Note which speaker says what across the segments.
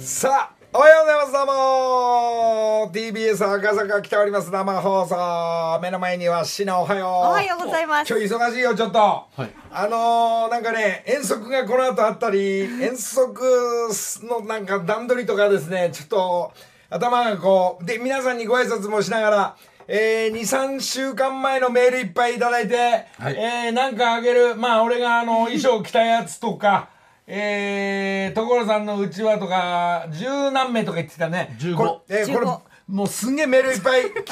Speaker 1: さあ、おはようございます。どうも TBS 赤坂来ております。生放送。目の前には、シナおはよう。お
Speaker 2: はようございます
Speaker 1: 今日忙しいよ、ちょっと。あのー、なんかね、遠足がこの後あったり、遠足のなんか段取りとかですね、ちょっと、頭がこう、で、皆さんにご挨拶もしながら、えー、2、3週間前のメールいっぱいいただいて、えー、なんかあげる、まあ、俺があの、 衣装着たやつとか、えー、所さんのうちわとか、十何名とか言ってたね。
Speaker 3: 15
Speaker 1: これ、えー、これ
Speaker 2: 15、
Speaker 1: もうすんげえメールいっぱい来て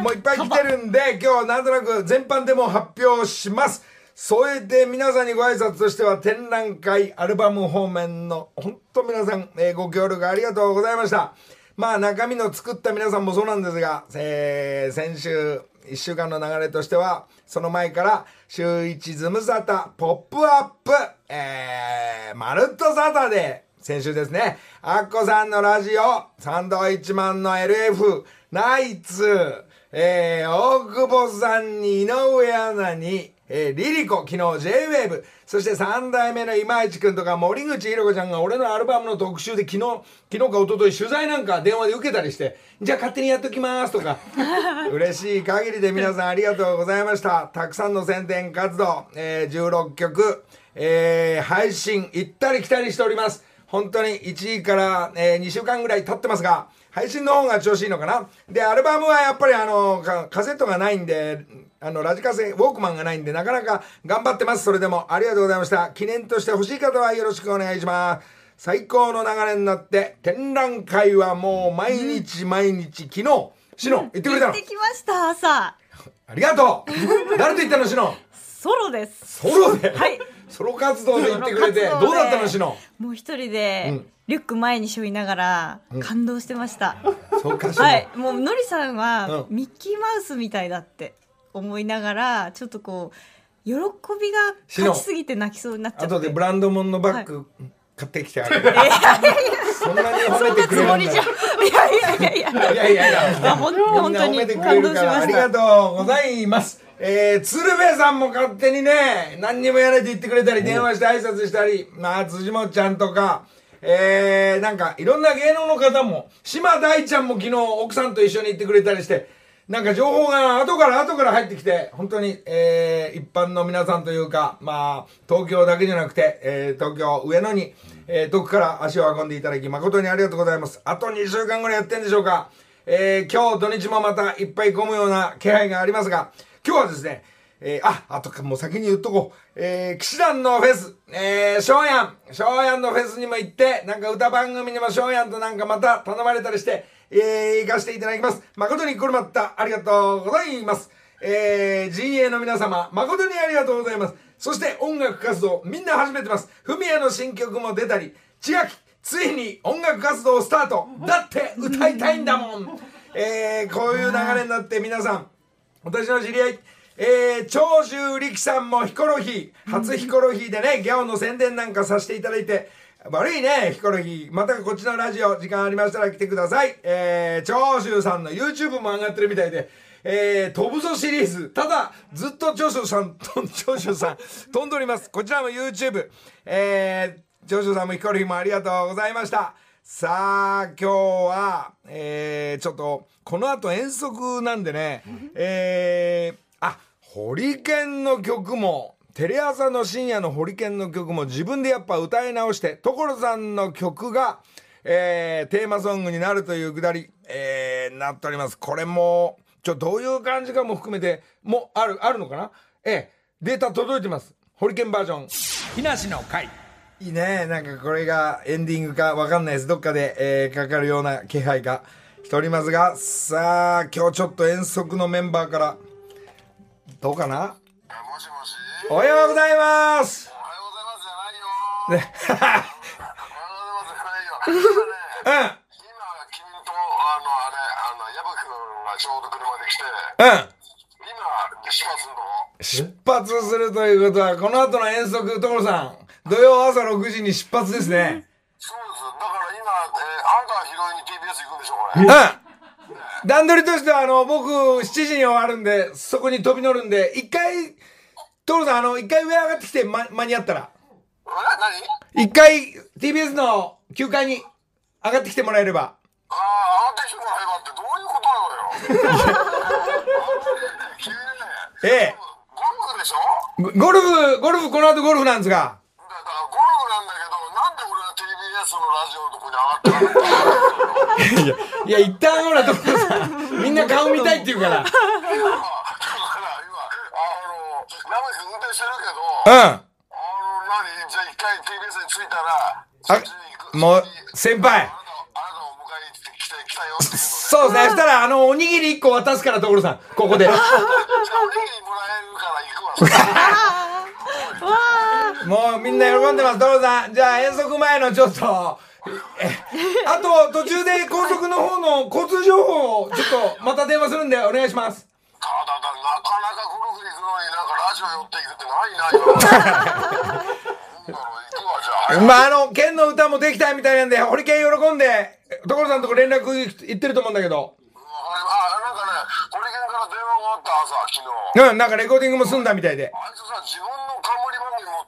Speaker 1: もういっぱい来てるんで、今日はなんとなく全般でも発表します。それで皆さんにご挨拶としては展覧会アルバム方面の本当皆さん、えーご協力ありがとうございました。まあ中身の作った皆さんもそうなんですが、えー先週1週間の流れとしては、その前から週一ズムサタポップアップ、えー、まるっとサタで先週ですね、アッコさんのラジオ、サンドウィッチマンの LF、ナイツ、えー、大久保さんに井上アナに、えー、リリコ、昨日 JWAVE、そして三代目の今市くんとか森口博子ちゃんが俺のアルバムの特集で昨日、昨日か一昨日取材なんか電話で受けたりして、じゃあ勝手にやっときますとか、嬉しい限りで皆さんありがとうございました。たくさんの宣伝活動、えー、16曲、えー配信行ったり来たりしております。本当に1位から、え2週間ぐらい経ってますが、配信の方が調子いいのかな。で、アルバムはやっぱりあの、かカセットがないんで、あの、ラジカセ、ウォークマンがないんで、なかなか頑張ってます。それでもありがとうございました。記念として欲しい方はよろしくお願いします。最高の流れになって、展覧会はもう毎日毎日、昨日、シノ、行ってくれた
Speaker 2: 行
Speaker 1: の
Speaker 2: ってきました朝
Speaker 1: ありがと う誰と行ったのシノ
Speaker 2: ソロです
Speaker 1: ソロで、
Speaker 2: はい
Speaker 1: ソロ活動で行ってくれて、
Speaker 2: ソロ活動で
Speaker 1: どうだったのシノ
Speaker 2: もう一人
Speaker 1: う
Speaker 2: で
Speaker 1: ん
Speaker 2: リュック前に背負いながら感動してました、
Speaker 1: そうかし
Speaker 2: はいもうのりさんは
Speaker 1: うん
Speaker 2: ミッキーマウスみたいだって思いながらちょっとこう喜びが
Speaker 1: しの
Speaker 2: 勝ちすぎて泣きそうになっちゃ
Speaker 1: あ
Speaker 2: って
Speaker 1: とでブランドもんのバッグ買ってきてあれ、そんなに褒
Speaker 2: そ
Speaker 1: め
Speaker 2: んな
Speaker 1: てく
Speaker 2: つ
Speaker 1: れ
Speaker 2: も
Speaker 1: るん
Speaker 2: り
Speaker 1: だ
Speaker 2: じゃいやいやいやいや
Speaker 1: いやいやいや
Speaker 2: あほん本当
Speaker 1: みんな褒め
Speaker 2: に
Speaker 1: てく
Speaker 2: 感
Speaker 1: れ
Speaker 2: 動
Speaker 1: る
Speaker 2: し
Speaker 1: から
Speaker 2: ま
Speaker 1: あ
Speaker 2: し
Speaker 1: り
Speaker 2: た
Speaker 1: がとうございますえー、鶴瓶さんも勝手にね何にもやれて言ってくれたり電話して挨拶したりまあ辻元ちゃんとかえー、なんかいろんな芸能の方も島大ちゃんも昨日奥さんと一緒に行ってくれたりしてなんか情報が後から後から入ってきて、本当に、えー、一般の皆さんというか、まあ、東京だけじゃなくて、えー、東京上野に、えー、遠くから足を運んでいただき、誠にありがとうございます。あと2週間ぐらいやってんでしょうか。えー、今日土日もまたいっぱい混むような気配がありますが、今日はですね、えー、あ、あとか、もう先に言っとこう。えー、騎士団のフェス、えー、翔やん、翔やんのフェスにも行って、なんか歌番組にも翔やんとなんかまた頼まれたりして、えー、行かせていただきます。誠にこれまたありがとうございます。えー、陣営の皆様、誠にありがとうございます。そして音楽活動、みんな始めてます。ふみやの新曲も出たり、千秋、ついに音楽活動スタート。だって歌いたいんだもん。えー、こういう流れになって皆さん、私の知り合い、えー、長州力さんもヒコロヒー、初ヒコロヒーでね、ギャオの宣伝なんかさせていただいて、悪いね、ヒコロヒー。またこっちのラジオ、時間ありましたら来てください。えー、長州さんの YouTube も上がってるみたいで、えー、飛ぶぞシリーズ。ただ、ずっと長州さん、と長州さん、飛んでおります。こちらも YouTube。えー、長州さんもヒコロヒーもありがとうございました。さあ、今日は、えー、ちょっと、この後遠足なんでね、えー、あ、ホリケンの曲も、テレ朝の深夜のホリケンの曲も自分でやっぱ歌い直して、所さんの曲が、えー、テーマソングになるというくだり、えー、なっております。これも、ちょ、どういう感じかも含めて、もうある、あるのかなええデータ届いてます。ホリケンバージョン。
Speaker 3: 木梨の会
Speaker 1: いいねなんかこれがエンディングかわかんないですどっかで、えーかかるような気配がしておりますがさあ今日ちょっと遠足のメンバーからどうかな
Speaker 4: あもしもし
Speaker 1: おはようございます
Speaker 4: おはようございますじゃない
Speaker 1: ね
Speaker 4: よおはようございますじゃないよ今
Speaker 1: う
Speaker 4: ね今君とあのあれあの矢吹君がちょうど車で来て
Speaker 1: んうん
Speaker 4: 今出発すんの
Speaker 1: 出発するということはこの後の遠足所さん土曜朝6時に出発ですね
Speaker 4: そうですだから今、えー、アンカー拾いに TBS 行くんでしょこ
Speaker 1: う
Speaker 4: れ
Speaker 1: ん段取りとしてはあの僕7時に終わるんでそこに飛び乗るんで一回所さんあの一回上上がってきて、ま、間に合ったら
Speaker 4: え何
Speaker 1: 一回 TBS の9階に上がってきてもらえれば。
Speaker 4: ああ、上がってきてもらえばってどういうことなのよ。 急に
Speaker 1: ええ
Speaker 4: ね、ゴルフでしょ
Speaker 1: ゴゴルフ、ゴルフ、この後ゴルフなんですが。
Speaker 4: だからゴルフなんだけど、なんで俺が TBS のラジオのとこに上がってるの
Speaker 1: いや、一旦ほら、所さん、みんな顔見たいって言うから。
Speaker 4: だから今、あの、ラム君運転してるけど、あの、
Speaker 1: う
Speaker 4: 何じゃあ一回 TBS に着いたら、そっちに行く。
Speaker 1: ん。もう
Speaker 4: そっちに、
Speaker 1: 先輩
Speaker 4: あ。なた、あなたを迎えに来て、来た来たよっていうので。
Speaker 1: そうですね。そしたら、あの、おにぎり1個渡すから、所さん。ここ で。
Speaker 4: じゃあおにぎりもらえるから行くわ。
Speaker 1: もうみんな喜んでます、所さん。じゃあ、遠足前のちょっと、えあと、途中で高速の方の交通情報を、ちょっと、また電話するんで、お願いします。
Speaker 4: ただだ、なかなかゴルフに行くのになんかラジオ寄って行くってないないよ。なんだろう、行くわ、じゃあ。
Speaker 1: まあ、あの、県の歌もできたみたいなんで、ホリケン喜んで、所さんとこ連絡いってると思うんだけど。
Speaker 4: あ、なんかね、ホリケンから電話があった朝、昨日。
Speaker 1: うん、なんかレコーディングも済んだみたいで。
Speaker 4: あいつさ、自分の冠番組持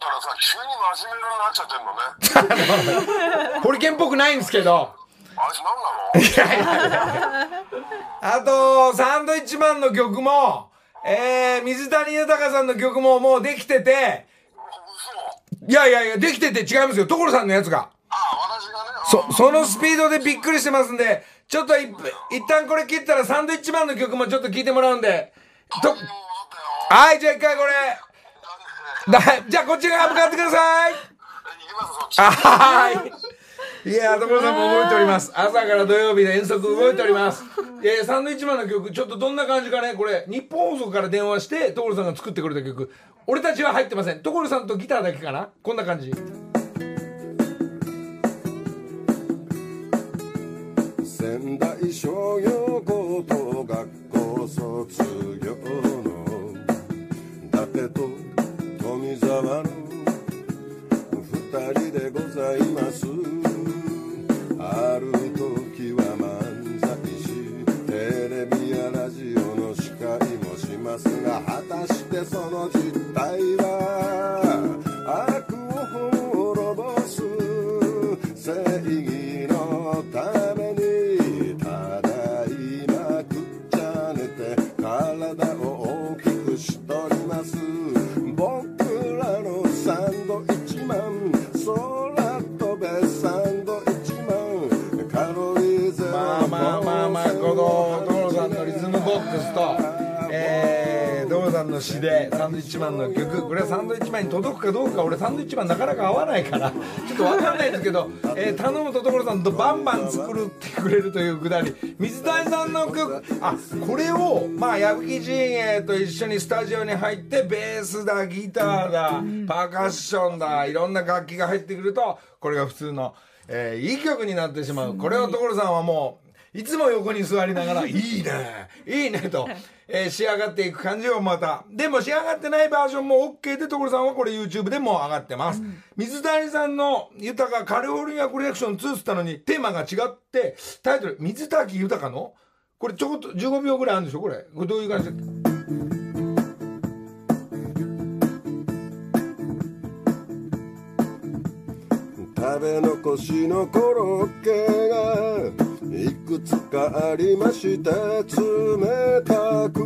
Speaker 4: ったらさ、急に真面目になっちゃってんのね。
Speaker 1: ホリケンっぽくないんですけど。
Speaker 4: あいつ何なの
Speaker 1: あと、サンドイッチマンの曲も、えー、水谷豊さんの曲ももうできてて、
Speaker 4: 嘘
Speaker 1: いやいやいや、できてて違いますよ。所さんのやつが。
Speaker 4: ああ、私がね、あ
Speaker 1: そ、そのスピードでびっくりしてますんで、ちょっとい一旦これ切ったらサンドイッチマンの曲もちょっと聞いてもらうんで、と、
Speaker 4: もう分かったよ。
Speaker 1: はい、じゃあ一回これ、だじゃあこっち側向かってください。
Speaker 4: 行きます、そっち。
Speaker 1: はい。いやー、所さんも動いております。朝から土曜日で遠足動いております。えー、サンドイッチマンの曲、ちょっとどんな感じかね、これ、日本放送から電話して、所さんが作ってくれた曲。俺たちは入ってません。所さんとギターだけかなこんな感じ。
Speaker 3: 仙台商業高等学校卒業の伊達と富澤の二人でございますある時は漫才師テレビやラジオの司会もしますが果たしてその実態は悪を滅ぼす正義のためにただいまくっちゃねて体を大きくしとります僕らのサンドイッチマン空飛べサンドイッチマンカロリーゼロ
Speaker 1: まあまあまあまあこの所さんのリズムボックスとえー所さんの詩でサンドイッチマンの曲これはサンドイッチマンに届くかどうか俺サンドイッチマンなかなか合わないからちょっと分かんないですけど、えー頼むと所さんとバンバン作るってくれるというくだり水谷さんの曲あこれをまあ矢吹陣営と一緒にスタジオに入ってベースだギターだパーカッションだいろんな楽器が入ってくるとこれが普通の。えーいい曲になってしまう。これを所さんはもう、いつも横に座りなが ら、いいね、いいねと、えー仕上がっていく感じをまた。でも仕上がってないバージョンも OK で、所さんはこれ YouTube でもう上がってます。水谷さんの豊かカリフォルニアコレクション2っつったのに、テーマが違って、タイトル、水滝豊のこれちょこっと15秒ぐらいあるんでしょこれ。これどういう感じだっけ
Speaker 3: 食べ残しのコロッケがいくつかありまして冷たく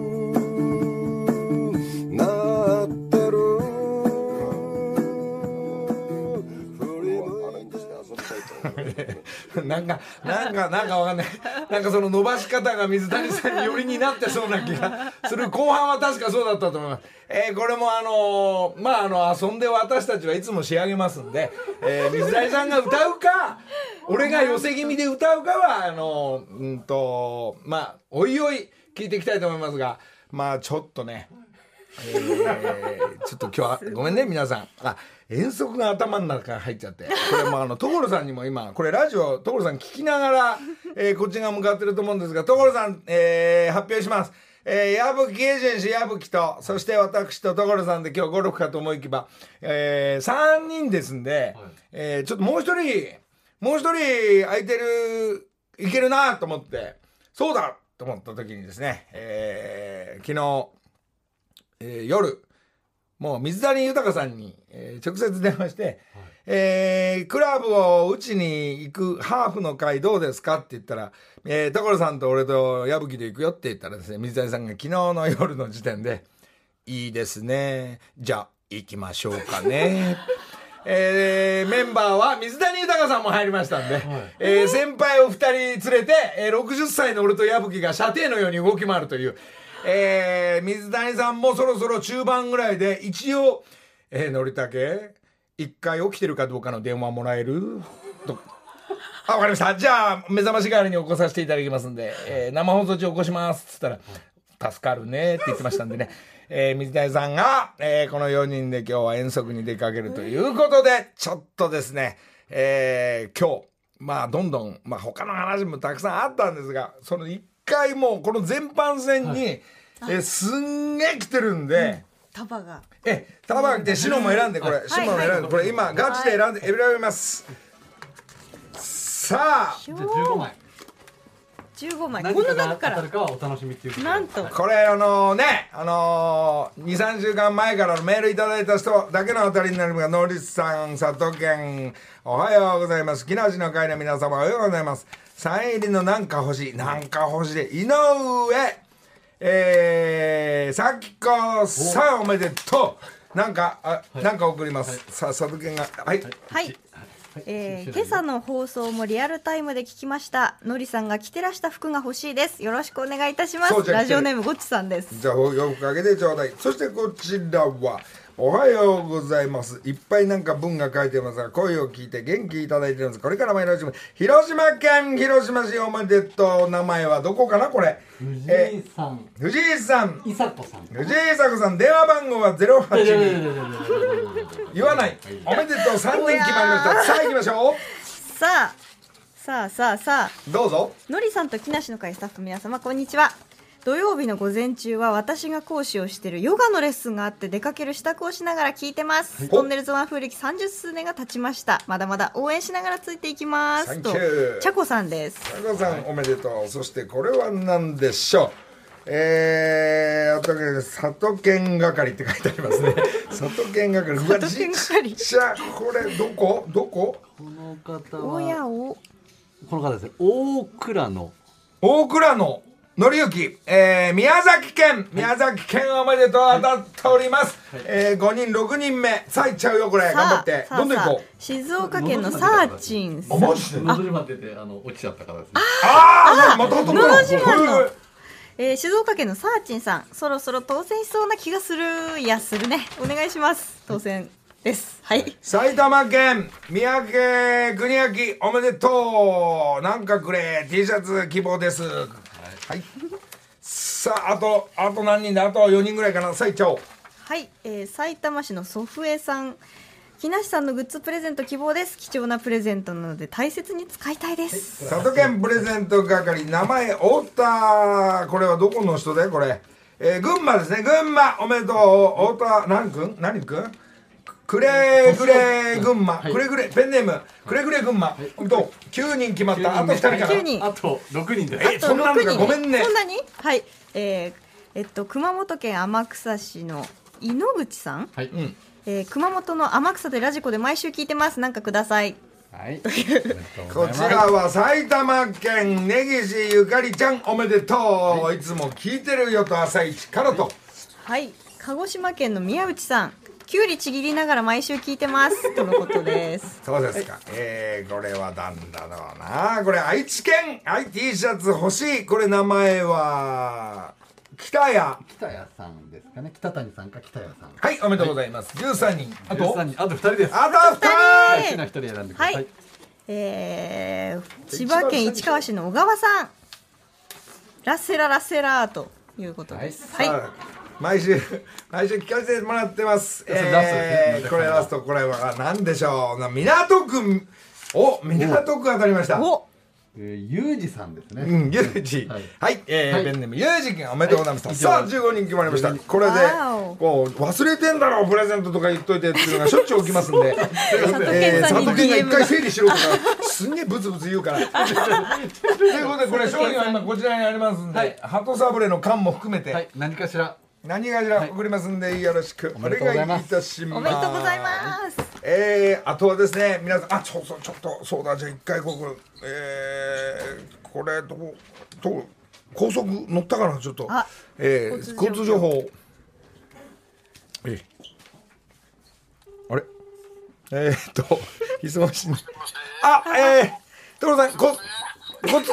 Speaker 3: なってる振り向いて
Speaker 1: なんか、なんか、なんかわかんない。なんかその伸ばし方が水谷さんによりになってそうな気がする。後半は確かそうだったと思います。えーこれもあのーまあ、あの、遊んで私たちはいつも仕上げますんで、えー水谷さんが歌うか、俺が寄せ気味で歌うかは、あのーうんと、まあ、おいおい聞いていきたいと思いますが、まあ、ちょっとね、えーちょっと今日はごめんね皆さんあ遠足が頭の中に入っちゃってこれもうあの所さんにも今これラジオ所さん聞きながら、えーこっちが向かってると思うんですが所さん、えー発表します、えー、矢吹エージェンシー矢吹とそして私と所さんで今日ゴルフかと思いきば、え3人ですんで、えーちょっともう一人もう一人空いてるいけるなと思ってそうだと思った時にですね、えー昨日えー夜、もう水谷豊さんに、えー直接電話して、えークラブを打ちに行くハーフの会どうですかって言ったら、えー所さんと俺と矢吹で行くよって言ったらですね、水谷さんが昨日の夜の時点で、いいですね。じゃあ、行きましょうかね。 えーメンバーは水谷豊さんも入りましたんで、えー先輩を2人連れて、えー60歳の俺と矢吹が射程のように動き回るという、えー水谷さんもそろそろ中盤ぐらいで、一応、えー、のりたけ、一回起きてるかどうかの電話もらえるとあ、わかりました。じゃあ、目覚まし代わりに起こさせていただきますんで、えー生放送中起こします。つったら、助かるねって言ってましたんでね。えー水谷さんが、えーこの4人で今日は遠足に出かけるということで、ちょっとですね、えー今日、まあ、どんどん、まあ、他の話もたくさんあったんですが、その一回もう、この全般戦に、えーすんげえ来てるんで、
Speaker 2: タバが
Speaker 1: え、タバンでシノも選んで、これ、シノも選んで、これ今、ガチで選んで、選びます。さ
Speaker 5: じゃあ15枚
Speaker 2: 15枚
Speaker 5: 何
Speaker 2: この
Speaker 5: か
Speaker 2: 中か
Speaker 5: が当た
Speaker 2: ら
Speaker 5: るかはお楽しみっていうことで
Speaker 2: なんと
Speaker 1: あ、これ、あのね、あのー、2、3週間前からのメールいただいた人だけの当たりになるのが、ノリスさん、佐藤健、おはようございます。木梨の会の皆様、おはようございます。サイン入りのなんか欲しい、なんか欲しいで、井上、えー、さきこさん、おめでとう。なんか、あ、なんか送ります。さあ、佐藤健が、はい
Speaker 2: はい。えー今朝の放送もリアルタイムで聞きました。のりさんが着てらした服が欲しいです。よろしくお願いいたしま
Speaker 1: そうじ
Speaker 2: す。
Speaker 1: ゃん
Speaker 2: ラジオネームごっちさんです。
Speaker 1: じゃあ、お洋服あげてちょうだい。そしてこちらは、おはようございます。いっぱいなんか文が書いてますが、声を聞いて元気いただいてるんです。これからもよろしく。広島県広島市おめでとう。名前はどこかなこれ。
Speaker 5: 藤
Speaker 1: え
Speaker 5: 井さん
Speaker 1: ー藤井さん。
Speaker 5: いさこさん
Speaker 1: 藤井作さん、電話番号は08。言わない。おめでとう。3人決まりました。さあ行きましょ
Speaker 2: さあ、さあさあさあ、
Speaker 1: う。どうぞ。
Speaker 2: のりさんと木梨の会スタッフ皆様こんにちは土曜日の午前中は私が講師をしているヨガのレッスンがあって出かける支度をしながら聞いてます、
Speaker 1: い
Speaker 2: トンネルズワン風歴30数年が経ちましたまだまだ応援しながらついていきま
Speaker 1: Thank
Speaker 2: すと
Speaker 1: you
Speaker 2: ちゃこさんです
Speaker 1: 佐藤さんおめでとう、そしてこれは何でしょうえー、あとね里犬係って書いてあります ね里犬係うわ
Speaker 2: 里犬係
Speaker 1: ちっちゃこれどこどこ
Speaker 5: この方
Speaker 2: お
Speaker 5: は
Speaker 2: やお
Speaker 5: この方ですね大倉の
Speaker 1: 大倉の則之、えー、宮崎県宮崎県おめでとう当たっております、えー、5人6人目さあいっちゃうよこれ頑張って
Speaker 2: さあ
Speaker 1: どんどん
Speaker 2: さ
Speaker 1: 行
Speaker 2: あ
Speaker 1: こう
Speaker 2: 静岡県のサーチ ンさん
Speaker 1: マジで
Speaker 5: ノドルマ出てあの落ちちゃった方ですね
Speaker 1: ああまた男
Speaker 2: のど自慢の
Speaker 1: ほい
Speaker 2: えー静岡県のサーチンさんそろそろ当選しそうな気がするいやするねお願いします当選ですはい
Speaker 1: 埼玉県三宅邦明おめでとうなんかくれ T シャツ希望ですはい、さああとあと何人だあと4人ぐらいかなさあいっちゃおう
Speaker 2: はい、えー、埼玉市の祖父江さん木梨さんのグッズプレゼント希望です貴重なプレゼントなので大切に使いたいです
Speaker 1: 佐渡県プレゼント係名前太田これはどこの人だよこれ、えー群馬ですね群馬おめでとう太田何君何君くれぐれ群馬、くれぐれペンネームくれぐれ群馬、おめでとう9人決まったあと2人かな
Speaker 2: 9人
Speaker 5: あと6人です
Speaker 1: えそんなの
Speaker 2: あ
Speaker 1: か
Speaker 2: と
Speaker 1: ご
Speaker 2: 六
Speaker 1: めんね
Speaker 2: そんなにはいえーえっと熊本県天草市の井ノ口さん、
Speaker 5: はい、
Speaker 2: えー熊本の天草でラジコで毎週聞いてますなんかください
Speaker 5: はい
Speaker 1: こちらは埼玉県根岸ゆかりちゃんおめでとう、い、つも聞いてるよと朝一からと、
Speaker 2: はい鹿児島県の宮内さんきゅうりちぎりながら毎週聞いてますとのことです
Speaker 1: そうですか、えー、これはなんだろうなこれ愛知県はい T シャツ欲しいこれ名前は北谷は
Speaker 5: 北谷さんですかね北谷さんか北谷さん
Speaker 1: いおめでとうございます、13人あと
Speaker 5: 13人あと2人です
Speaker 1: あと2
Speaker 5: 好
Speaker 2: 人
Speaker 5: きな1人選んでくだ
Speaker 2: は
Speaker 5: さい、
Speaker 2: い、えー千葉県市川市の小川さんラッセララッセラーということですはい、
Speaker 1: 人、あ毎週 毎週聞かせてもらってます、
Speaker 5: そうラストですね
Speaker 1: えーこれラストこれは何でしょうな港区お港区当たりました
Speaker 2: お
Speaker 5: えーゆうじさんですね、
Speaker 1: うん、ユージ。は
Speaker 5: はいい。
Speaker 1: えー
Speaker 5: はい
Speaker 1: ペンネーム、ユージ君、おめでとうございました。
Speaker 5: はい
Speaker 1: さあ、
Speaker 5: 以
Speaker 1: 15人決まりました。これで
Speaker 2: わお、
Speaker 1: こう、忘れてんだろ、プレゼントとか言っといてっていうのがしょっちゅう起きますんで、えー
Speaker 2: 佐藤健さんに
Speaker 1: 佐藤健が一
Speaker 2: DM
Speaker 1: 回整理しろとか、すんげえブツブツ言うから。ということで、これ、商品は今こちらにありますんで、鳩サブレーの缶も含めて、
Speaker 5: はい何かしら
Speaker 1: 何がしら送りますんでよろしくお願いいたします。
Speaker 2: おめでとうございます。
Speaker 1: えー、あとはですね皆さんあそうそうちょっとそうだじゃあ一回ここえー、これどうどう高速乗ったかなちょっと
Speaker 2: あ
Speaker 1: えー、
Speaker 2: 交
Speaker 1: 交
Speaker 2: 通
Speaker 1: 通
Speaker 2: 情
Speaker 1: 情報えーあれえー、っと 質問しあえー、所さんここ
Speaker 4: 高速に乗ったかじゃなくて今ちょうど首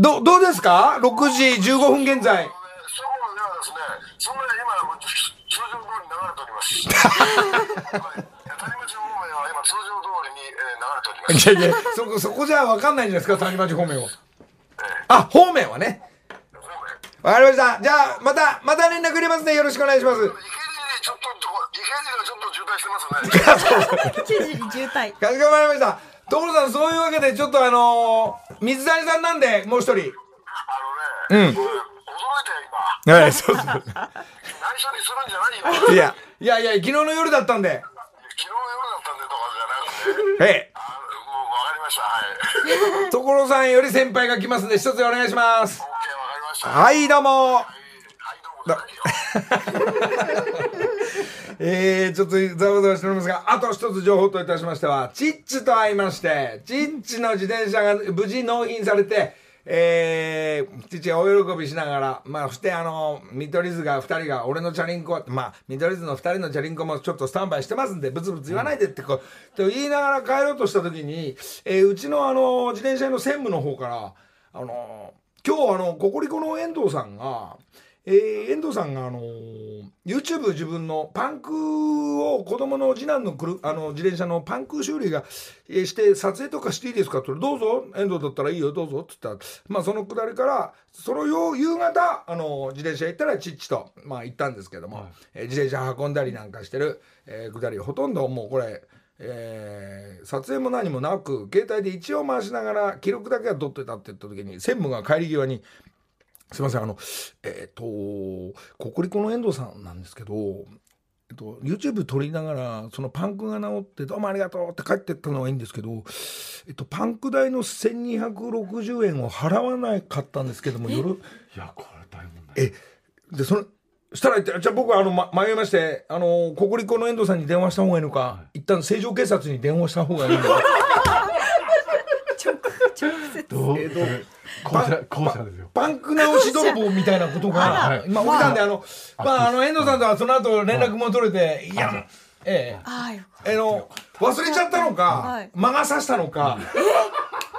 Speaker 4: 都高の上だよ首都高の上
Speaker 1: どどうですか6時15分現在
Speaker 4: そこの上はですね、その上今もう通常通り流れております。はい谷町方面は今通常通りに、えー流れております。
Speaker 1: いやいやそこそこじゃ分かんないんじゃないですか谷町方面はあ方面はね
Speaker 4: 方面。
Speaker 1: わかりました。じゃあ、また、また連絡入れますね。よろしくお願いします。
Speaker 4: 池尻ちょっととこ、池尻がちょっと渋滞してますね。
Speaker 2: 知事に渋滞。
Speaker 1: かしこまりました。所さん、そういうわけで、ちょっとあのー水谷さんなんで、もう一人。
Speaker 4: あのね、これ驚いたよ今。
Speaker 1: はい、そうそ
Speaker 4: 内緒にするんじゃないよ。
Speaker 1: う。いや、いやいや、昨日の夜だったんで。
Speaker 4: 昨日の夜だったんでとかじゃなくて、
Speaker 1: え
Speaker 4: あもうわかりました。はい。
Speaker 1: え。所さんより先輩が来ますんで、一つお願いします。
Speaker 4: オッケーわかりました。はい、
Speaker 1: はい、どうも。
Speaker 4: どうもじゃないよ。
Speaker 1: えー、ちょっとざわざわしておりますが、あと一つ情報といたしましては、チッチと会いまして、チッチの自転車が無事納品されて、えー、チッチが大喜びしながら、まあ、そしてあの、見取り図が二人が、俺のチャリンコ、まあ、見取り図の二人のチャリンコもちょっとスタンバイしてますんで、ブツブツ言わないでってこう、と言いながら帰ろうとした時に、えー、うちのあの、自転車の専務の方から、あの、今日あの、ココリコの遠藤さんが、えー遠藤さんが、あのー YouTube 自分のパンクを子供の次男のくるあの自転車のパンク修理が、えーして撮影とかしていいですかって言ったらどうぞ遠藤だったらいいよどうぞって言ったら、まあ、そのくだりからそのよう夕方、あのー自転車行ったらちっちと、まあ、行ったんですけども、えー自転車運んだりなんかしてる、えーくだりほとんどもうこれ。えー撮影も何もなく携帯で一応回しながら記録だけは取ってたって言った時に専務が帰り際にすいません、あの、えっ、と、ココリコの遠藤さんなんですけど、えっと、YouTube 撮りながら、そのパンクが治って、どうもありがとうって帰ってったのはいいんですけど、えっと、パンク代の1260円を払わなかったんですけども、夜、
Speaker 5: いやこれ大問題
Speaker 1: え、で、その、したら、じゃあ僕はあの、ま、迷いまして、あの、ココリコの遠藤さんに電話した方がいいのか、一旦成城警察に電話した方がいいのか。
Speaker 5: どうそれ校舎校舎ですよ
Speaker 1: パンク直し泥棒みたいなこと
Speaker 5: あ
Speaker 1: が
Speaker 5: ら、
Speaker 1: 今起きたんで、あの、まあ、あの、遠藤さんとはその後連絡も取れて、いや、え
Speaker 2: ああよかっ
Speaker 1: え、あの、忘れちゃったの
Speaker 2: は
Speaker 1: か
Speaker 2: い、
Speaker 1: 魔が差したのか、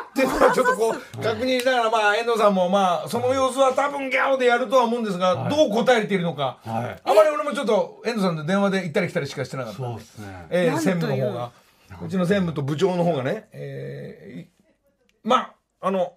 Speaker 1: っていうのはちょっとこう、確認しながら、まあ、遠藤さんも、まあ、その様子は多分ギャオでやるとは思うんですが、どう答えているのか、
Speaker 5: はい
Speaker 1: あまり俺もちょっと、遠藤さんと電話で行ったり来たりしかしてなかった。
Speaker 5: そうですね
Speaker 1: えー、
Speaker 2: なんとい
Speaker 1: 専
Speaker 2: う
Speaker 1: 務の方がうちの専務と部長の方がね、えー、いまああの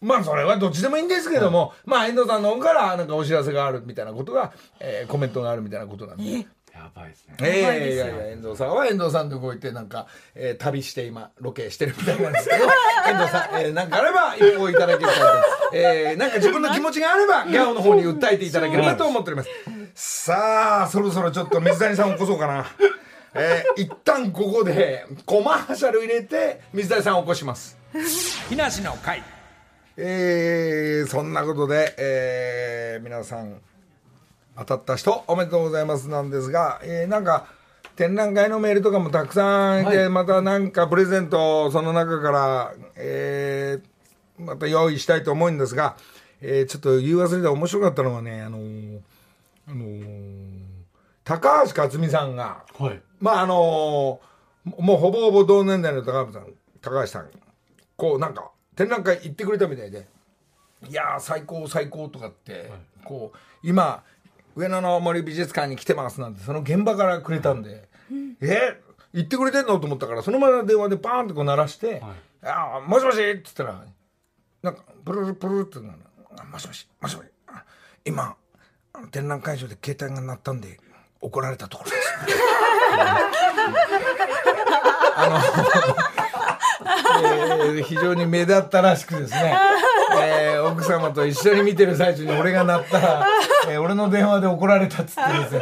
Speaker 1: まあそれはどっちでもいいんですけども、まあ遠藤さんの方からなんかお知らせがあるみたいなことが、えー、コメントがあるみたいなことなんで。
Speaker 5: やばいですね
Speaker 1: ええいやいや遠藤さんは遠藤さんで動いてなんか、えー、旅して今ロケしてるみたいなんですけど 遠藤さん、えー、なんかあれば一報いただければと、えー、なんか自分の気持ちがあればギャオの方に訴えていただければと思っておりますさあそろそろちょっと水谷さんを起こそうかな、えー、一旦ここでコマーシャル入れて水谷さんを起こします
Speaker 6: 木梨の会
Speaker 1: えー、そんなことで、えー皆さん当たった人おめでとうございますなんですが、えーなんか展覧会のメールとかもたくさん、でまたなんかプレゼントその中から、えーまた用意したいと思うんですが、えーちょっと言い忘れて面白かったのはね、あのーあのー高橋克実さんが
Speaker 5: はい
Speaker 1: まああのーもうほぼほぼ同年代の高橋さん高橋さんこうなんか展覧会行ってくれたみたいで「いやー最高最高」とかって、こう今上野の森美術館に来てますなんてその現場からくれたんで「え行ってくれてんの?」と思ったからそのまま電話でパーンってこう鳴らして「ああもしもし」っつったらなんかプルルプルルってなるあもしもしもしもしあ今あの展覧会場で携帯が鳴ったんで怒られたところですえー非常に目立ったらしくですね、えー奥様と一緒に見てる最中に俺が鳴ったら、えー俺の電話で怒られたっつってですね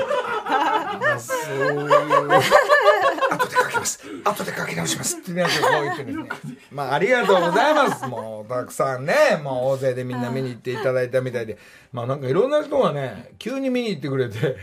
Speaker 1: ます。後で書きます。後で書き直します。ってなことをこう言ってるんでまあ、ありがとうございます。もう、たくさんね、もう大勢でみんな見に行っていただいたみたいで、まあなんかいろんな人がね、急に見に行ってくれて、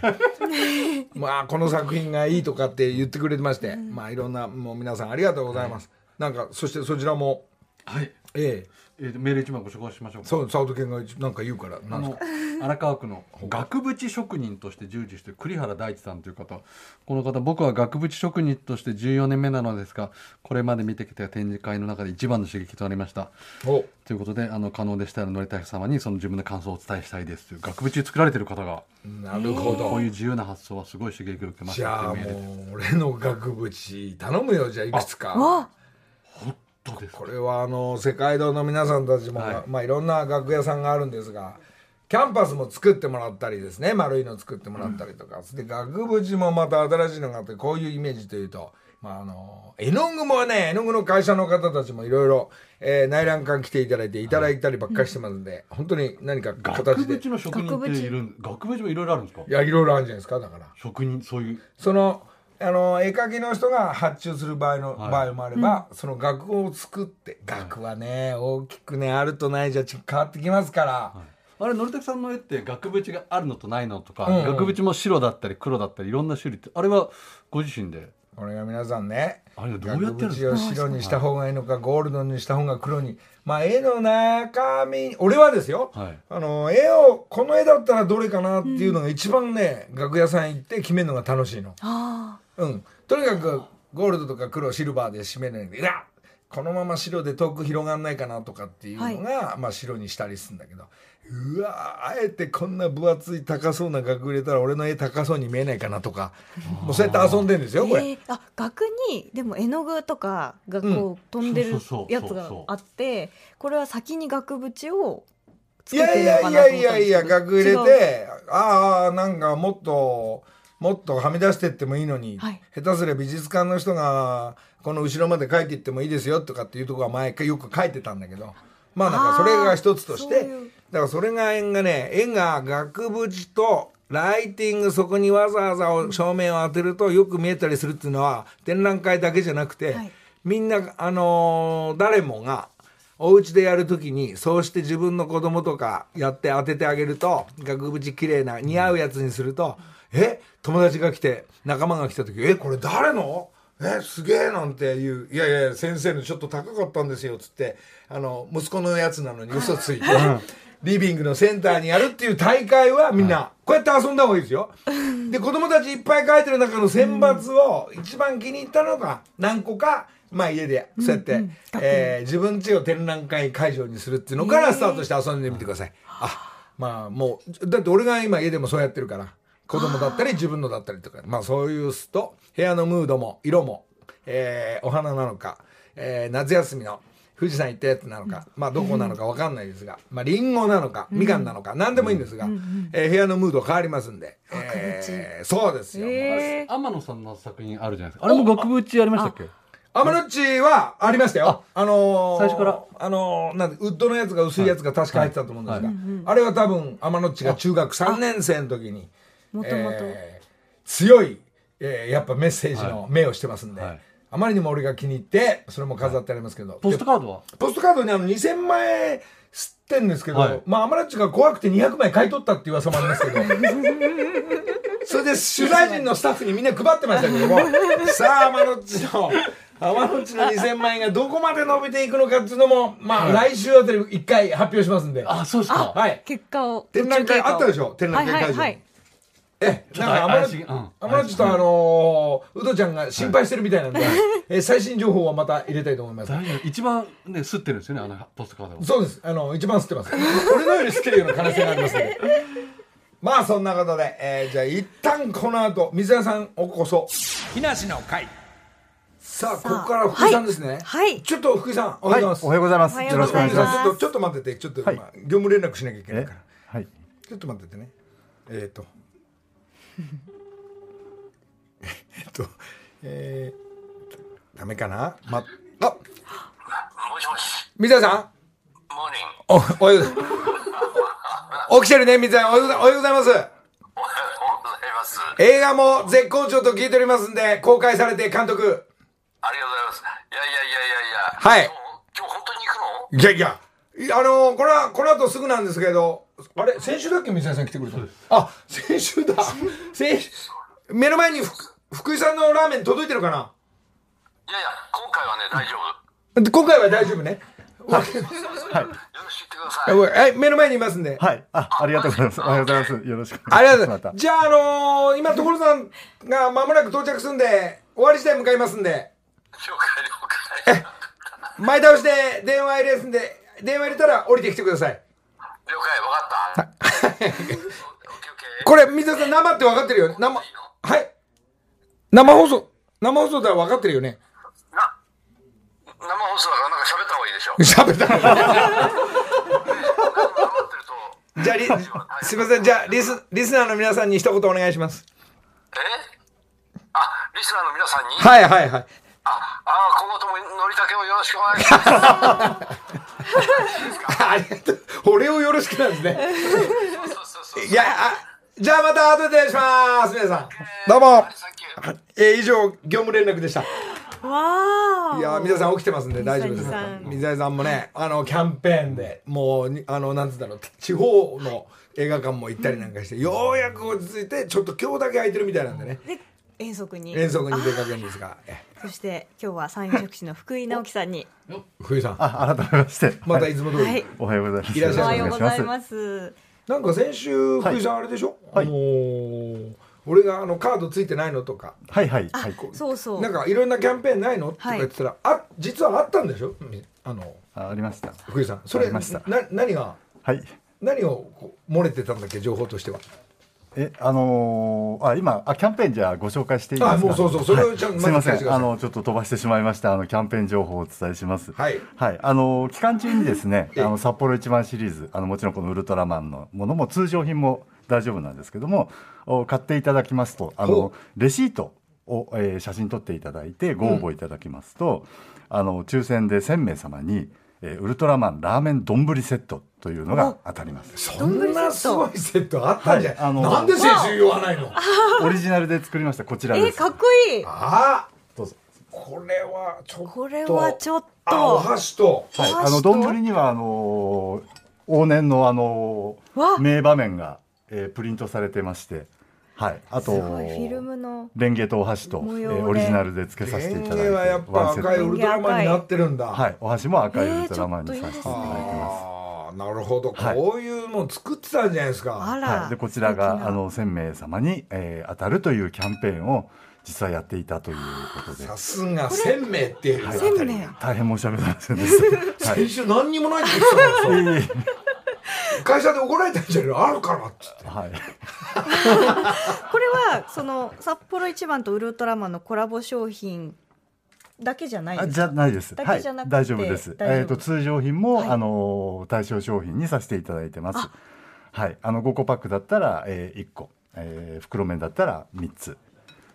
Speaker 1: まあこの作品がいいとかって言ってくれてまして、まあいろんな、もう皆さんありがとうございます。なんか、そしてそちらも、
Speaker 5: はい。
Speaker 1: ええ、
Speaker 5: えーとメール一番ご紹介しましょうか。
Speaker 1: そう、沢田健がなんか言うから、な
Speaker 5: あ
Speaker 1: んか
Speaker 5: の荒川区の額縁職人として従事している栗原大地さんという方この方僕は額縁職人として14年目なのですがこれまで見てきた展示会の中で一番の刺激となりました
Speaker 1: お
Speaker 5: ということであの可能でしたら乗りたい様にその自分の感想をお伝えしたいですという額縁作られてる方が
Speaker 1: なるほど。
Speaker 5: こういう自由な発想はすごい刺激を受けまし
Speaker 1: じ
Speaker 5: た
Speaker 1: ゃあ
Speaker 5: っていうメールで
Speaker 1: もう俺の額縁頼むよじゃあいくつか
Speaker 2: わ
Speaker 5: どうです
Speaker 1: これはあの世界堂の皆さんたちも、
Speaker 5: はい
Speaker 1: まあいろんな楽屋さんがあるんですがキャンパスも作ってもらったりですね丸いの作ってもらったりとか、それで額縁もまた新しいのがあってこういうイメージというと。まあ、あの絵の具もね絵の具の会社の方たちもいろいろ内覧館来ていただいていただいたりばっかりしてますんで、本当に何か
Speaker 5: 額
Speaker 1: 形でい
Speaker 5: 縁の職人っているん額縁もいろいろあるんですか
Speaker 1: やいろいろあるんじゃないですかだから
Speaker 5: 職人そういう
Speaker 1: そのあの絵描きの人が発注する場合の、
Speaker 5: はい
Speaker 1: 場合もあれば、その額を作って額はね、大きくねあるとないじゃち変わってきますから、
Speaker 5: あれのりたけさんの絵って額縁があるのとないのとか、
Speaker 1: うんうん
Speaker 5: 額縁も白だったり黒だったりいろんな種類ってあれはご自身で
Speaker 1: これが皆さんね
Speaker 5: あれどうやってやるん
Speaker 1: 額
Speaker 5: です
Speaker 1: 縁
Speaker 5: か
Speaker 1: を白にした方がいいのかゴールドにした方が黒にまあ絵の中身俺はですよ、
Speaker 5: はい
Speaker 1: あの絵をこの絵だったらどれかなっていうのが一番ね、楽屋さん行って決めるのが楽しいの。
Speaker 2: あ
Speaker 1: うん。とにかく、ゴールドとか黒、シルバーで締めないで、いやこのまま白で遠く広がんないかなとかっていうのが、まあ白にしたりするんだけど、うわあえてこんな分厚い高そうな額入れたら俺の絵高そうに見えないかなとか、もうそうやって遊んでるんですよ、
Speaker 2: ー
Speaker 1: これ。
Speaker 2: えーあ額にでも絵の具とかがこう飛んでる
Speaker 5: そうそうそう
Speaker 2: やつがあってこれは先に額縁を
Speaker 1: い
Speaker 2: 作っ
Speaker 1: やい
Speaker 2: てるの
Speaker 1: や
Speaker 2: か
Speaker 1: い
Speaker 2: なと
Speaker 1: やい
Speaker 2: 思っ
Speaker 1: や
Speaker 2: たんです
Speaker 1: い
Speaker 2: けど
Speaker 1: や、額入れ
Speaker 2: 違う
Speaker 1: て、ああ、なんかもっと、もっとはみ出してってもいいのに、
Speaker 2: はい
Speaker 1: 下手すりゃ美術館の人が、この後ろまで書いていってもいいですよとかっていうところは前よく書いてたんだけど、まあなんかそれが一つとし
Speaker 2: あー
Speaker 1: て
Speaker 2: そういう、
Speaker 1: だからそれが縁がね、縁が額縁とライティング、そこにわざわざお照明を当てるとよく見えたりするっていうのは、展覧会だけじゃなくて、
Speaker 2: はい
Speaker 1: みんな、あのー誰もが、お家でやるときに、そうして自分の子供とかやって当ててあげると、額縁綺麗な、似合うやつにすると、え友達が来て、仲間が来たとき、え、これ誰のえ、すげえなんていう、いやいやいや、先生のちょっと高かったんですよ、つって、あの、息子のやつなのに嘘ついて、リビングのセンターにやるっていう大会はみんな、こうやって遊んだ方がいいですよ。で、子供たちいっぱい書いてる中の選抜を一番気に入ったのが何個か、まあ家で、そうやって、えー自分家を展覧会会場にするっていうのからスタートして遊んでみてください。あ、まあもう、だって俺が今家でもそうやってるから、子供だったり自分のだったりとか、まあそういうすと、部屋のムードも色も、えーお花なのか、えー夏休みの富士山行ったやつなのか、まあどこなのかわかんないですが、まあリンゴなのか、みかんなのか、何でもいいんですが、えー部屋のムード変わりますんで、えーそうですよ。
Speaker 2: えー
Speaker 5: 天野さんの作品あるじゃないですかあれも額縁やりましたっけ
Speaker 1: アマロッチはありましたよ。あのー、
Speaker 5: 最初から
Speaker 1: あのーなんでウッドのやつが薄いやつが確か入ってたと思うんですが、あれは多分、アマロッチが中学3年生の時に、
Speaker 2: もともと
Speaker 1: えー強い、えーやっぱメッセージの目をしてますんで、
Speaker 5: はい
Speaker 1: あまりにも俺が気に入って、それも飾ってありますけど。
Speaker 5: ポストカードは
Speaker 1: ポストカードにあの2000枚吸ってんですけど、
Speaker 5: はい
Speaker 1: まあ、アマラッチが怖くて200枚買い取ったっていう噂もありますけど。 それで取材陣のスタッフにみんな配ってましたけども、さあ、アマラッチの、アマラッチの2000枚がどこまで伸びていくのかっていうのも、まあ、来週あたり一回発表しますんで。
Speaker 5: あそうですか
Speaker 1: はい。
Speaker 2: 結果を
Speaker 1: 展覧会あったでしょ展覧会会場
Speaker 2: はいはいはい
Speaker 1: ええ、なんかアマラッ
Speaker 5: ちょ
Speaker 1: チ
Speaker 5: っと怪しいうん
Speaker 1: アマラッチとあのー、ウドちゃんが心配してるみたいなんで、え最新情報はまた入れたいと思います。
Speaker 5: 大丈夫一番ね吸ってるんですよねあのポストカードを
Speaker 1: そうです。あの、一番吸ってます。俺のより吸ってるような可能性がありますので。まあ、そんなことで、えーじゃあ、一旦この後、水谷さんをこそ。
Speaker 6: 木梨の会
Speaker 1: さあ、
Speaker 2: さ
Speaker 1: こ
Speaker 2: あ
Speaker 1: こから福井さんですね。
Speaker 2: はい
Speaker 1: ちょっと福井さん、おはようございます。
Speaker 7: おはようございます。
Speaker 2: おは
Speaker 7: よ
Speaker 2: よう
Speaker 7: ろ
Speaker 2: ご
Speaker 7: しくお
Speaker 2: ざい
Speaker 7: 願いしま
Speaker 2: ま
Speaker 1: ち
Speaker 2: す
Speaker 7: す。
Speaker 1: ょっと、ちょっと待ってて、ちょっと、
Speaker 7: はい
Speaker 1: まあ業務連絡しなきゃいけない
Speaker 7: え
Speaker 1: から。
Speaker 7: はい。
Speaker 1: ちょっと待っててね。えっ、ー、と。 えっと、えー、ダメかなま、あ、
Speaker 4: もしもし、
Speaker 1: 水谷さん
Speaker 4: モーニング。
Speaker 1: お、おはようございます。起きてるね、水谷。おはようござおはようございます。
Speaker 4: おはようございまます。あ
Speaker 1: 映画も絶好調と聞いておりますんで、公開されて監督。
Speaker 4: りがとうございます。いやいやい
Speaker 1: は
Speaker 4: やいやいや。
Speaker 1: い
Speaker 4: 今日今日本当に行くの
Speaker 1: いやいや、いあのーこれは、この後すぐなんですけど、あれ、先週だっけ、水谷さん来てくれたのあ、先週だ。先週、目の前に福福井さんのラーメン届いてるかない
Speaker 4: やいや、今回はね、大丈夫。
Speaker 1: で今回は大丈夫ね。
Speaker 4: よろしく言ってください。
Speaker 1: はい、目の前にいますんで。
Speaker 7: はい。あ、ありがとうございます。おはようございます。よろしくお
Speaker 1: あ
Speaker 7: 願
Speaker 1: りがとうござ
Speaker 7: いし
Speaker 1: い
Speaker 7: ま。
Speaker 1: ますす。じゃあ、あのー今、所さんが間もなく到着するんで、終わり次第向かいますんで、
Speaker 4: 了解了解。
Speaker 1: 前倒しで電話入れますんで、電話入れたら降りてきてください。
Speaker 4: 了解、わかった。オッケーオッケー。
Speaker 1: これ、水谷さん、生って分かってるよね。生、はい。生放送、生放送だら分かってるよね。
Speaker 4: な、生放送だからなんか喋った方がいいでしょ。
Speaker 1: 喋ったの
Speaker 4: なんか黙って
Speaker 1: じ
Speaker 4: ると、
Speaker 1: ゃあリ、すいません。じゃあ、リス、リスナーの皆さんに一言お願いします。
Speaker 4: えあ、リスナーの皆さんに、
Speaker 1: はいはいはい。
Speaker 4: あ、あー、今後とものりたけをよろしくお願いします。
Speaker 1: ありがとう。俺をよろしくなんですね。
Speaker 4: そうそうそう。
Speaker 1: いや、あじゃあまた後でお願いします。皆さん。どうも。
Speaker 4: Thank you.
Speaker 1: えー以上、業務連絡でした。
Speaker 2: わー
Speaker 1: いや、皆さん起きてますんで大丈夫です
Speaker 2: 水谷。さん
Speaker 1: 水谷さんもね、あの、キャンペーンで、もうに、あの、なんつうんだろう、地方の映画館も行ったりなんかして、ようやく落ち着いて、ちょっと今日だけ空いてるみたいなんでね、
Speaker 2: で遠足に
Speaker 1: 遠足に出かけるんですが、え
Speaker 2: そして今日は三遊職士の福井直樹さんに
Speaker 1: 福井さん、
Speaker 7: あ、改めまして。
Speaker 1: また
Speaker 7: はい
Speaker 1: いつも通り。
Speaker 2: はい
Speaker 7: おはようございます。
Speaker 1: いらっし
Speaker 2: お
Speaker 1: ゃ
Speaker 2: はいようござい
Speaker 7: す。
Speaker 2: ます
Speaker 1: なんか先週福井さんあれでしょ、
Speaker 7: はい
Speaker 1: あのー俺があのカードついてないのとか
Speaker 7: はいはいはい。
Speaker 2: そうそう
Speaker 1: なんかいろんなキャンペーンないの、とか
Speaker 2: はい
Speaker 1: 言ってたらあ実はあったんでしょみあの
Speaker 7: あありました。
Speaker 1: 福井さんそれ
Speaker 7: あり
Speaker 1: な
Speaker 7: ました
Speaker 1: 何が
Speaker 7: はい。
Speaker 1: 何をこう漏れてたんだっけ情報としては
Speaker 7: え、あのーあ、今、あ、キャンペーンじゃあご紹介していいですか
Speaker 1: あもうそうそうそれを
Speaker 7: はい
Speaker 1: ちゃんと
Speaker 7: すいませ
Speaker 1: まず紹介してくだ
Speaker 7: ん。
Speaker 1: さい
Speaker 7: あの、ちょっと飛ばしてしまいました。あの、キャンペーン情報をお伝えします。
Speaker 1: はい
Speaker 7: はい。あのー、期間中にですね、あ
Speaker 1: え
Speaker 7: の、札幌一番シリーズ、あの、もちろんこのウルトラマンのものも通常品も大丈夫なんですけども、お買っていただきますと、あ
Speaker 1: ほ
Speaker 7: の、レシートを、えー写真撮っていただいて、ご応募いただきますと、あの、抽選で1000名様に、えーウルトラマンラーメン丼セットというのが当たります。
Speaker 1: そんなすごいセットあったんじゃない、
Speaker 7: はいあの
Speaker 1: なんで先週言わないの
Speaker 7: オリジナルで作りました。こちら
Speaker 2: え
Speaker 7: で
Speaker 2: ー
Speaker 7: す。
Speaker 2: かっこいい
Speaker 1: あ
Speaker 7: どうぞ。
Speaker 1: これはちょっと
Speaker 2: これはちょっ
Speaker 1: あお
Speaker 2: と
Speaker 1: 箸と
Speaker 7: はい、
Speaker 2: あ
Speaker 7: あの
Speaker 2: 人
Speaker 7: 丼にはあのー往年のあのー
Speaker 2: わ
Speaker 7: 名場面が、えープリントされてまして、はい、あと
Speaker 2: すごいフィルムの
Speaker 7: レンゲとお箸と、え
Speaker 2: 模様で
Speaker 7: ーオリジナルで付けさせてい
Speaker 1: 電
Speaker 7: ただい
Speaker 1: 源
Speaker 7: て
Speaker 1: はやっぱ
Speaker 7: ワンセット
Speaker 1: 赤いウルトラマンになってるんだ、
Speaker 7: はい、お箸も赤いウルトラマンにさせていただいてます。
Speaker 1: あーなるほど、
Speaker 7: はい
Speaker 1: こういうの作ってたんじゃないですか
Speaker 2: あ
Speaker 7: は
Speaker 2: ら
Speaker 7: い、でこちら
Speaker 2: 素敵
Speaker 7: が
Speaker 2: な
Speaker 7: あの1000名様に、えー当たるというキャンペーンを実はやっていたということで
Speaker 1: さすが1000名っていう、
Speaker 7: はい
Speaker 2: せんべい
Speaker 7: 大変申し訳ございません でした。はい
Speaker 1: 先週何にもないって言ってたからさ
Speaker 7: いえいえ
Speaker 1: 会社で怒られたんじゃないのあるからっつって
Speaker 7: はい
Speaker 2: これはその札幌一番とウルトラマンのコラボ商品だけじゃない
Speaker 7: あ
Speaker 2: です
Speaker 7: じゃないです。
Speaker 2: だけじゃなくて
Speaker 7: はい、大丈夫です。
Speaker 2: 大丈夫
Speaker 7: えっ、と通常品も、
Speaker 2: はい
Speaker 7: あのー対象商品にさせていただいてます。はい、あの5個パックだったら、えー、1個、えー袋麺だったら3つ、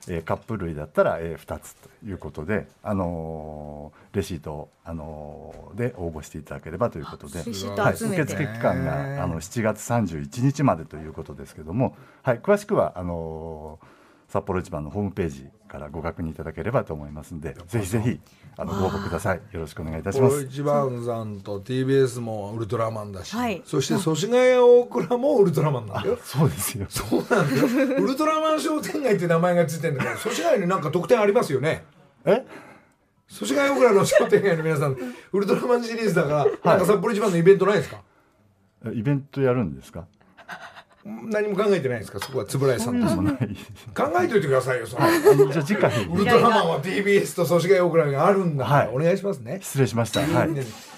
Speaker 7: えーカップ類だったら、えー、2つということで、あのーレシートを、あのーで応募していただければということで、
Speaker 2: レシー
Speaker 7: は
Speaker 2: ト
Speaker 7: い、
Speaker 2: 集め
Speaker 7: 受
Speaker 2: て、
Speaker 7: 付期間があの7月31日までということですけども、はい、詳しくはあのー札幌市場のホームページからご確認いただければと思いますので、ぜひぜひあのご応募ください。よろしくお願いいたします。
Speaker 1: 一番さんと TBS もウルトラマンだし、
Speaker 2: はい
Speaker 1: そして祖師ヶ谷大倉もウルトラマンなんだよ
Speaker 7: そうですよ。
Speaker 1: そうなんだよウルトラマン商店街って名前がついてるんだから祖師ヶ谷になんか特典ありますよね
Speaker 7: え、
Speaker 1: 祖師ヶ谷大倉の商店街の皆さんウルトラマンシリーズだから、なんか札幌一番のイベントないですか
Speaker 7: イベントやるんですか？
Speaker 1: 何も考えてないですかそこは円谷さんと
Speaker 7: でもない。
Speaker 1: 考えておいてくださいよその
Speaker 7: あのじゃあ次回
Speaker 1: ウルトラマンは TBS と祖師ヶ谷大倉があるんだから、
Speaker 7: はい
Speaker 1: お願いしますね
Speaker 7: 失礼しました。はい。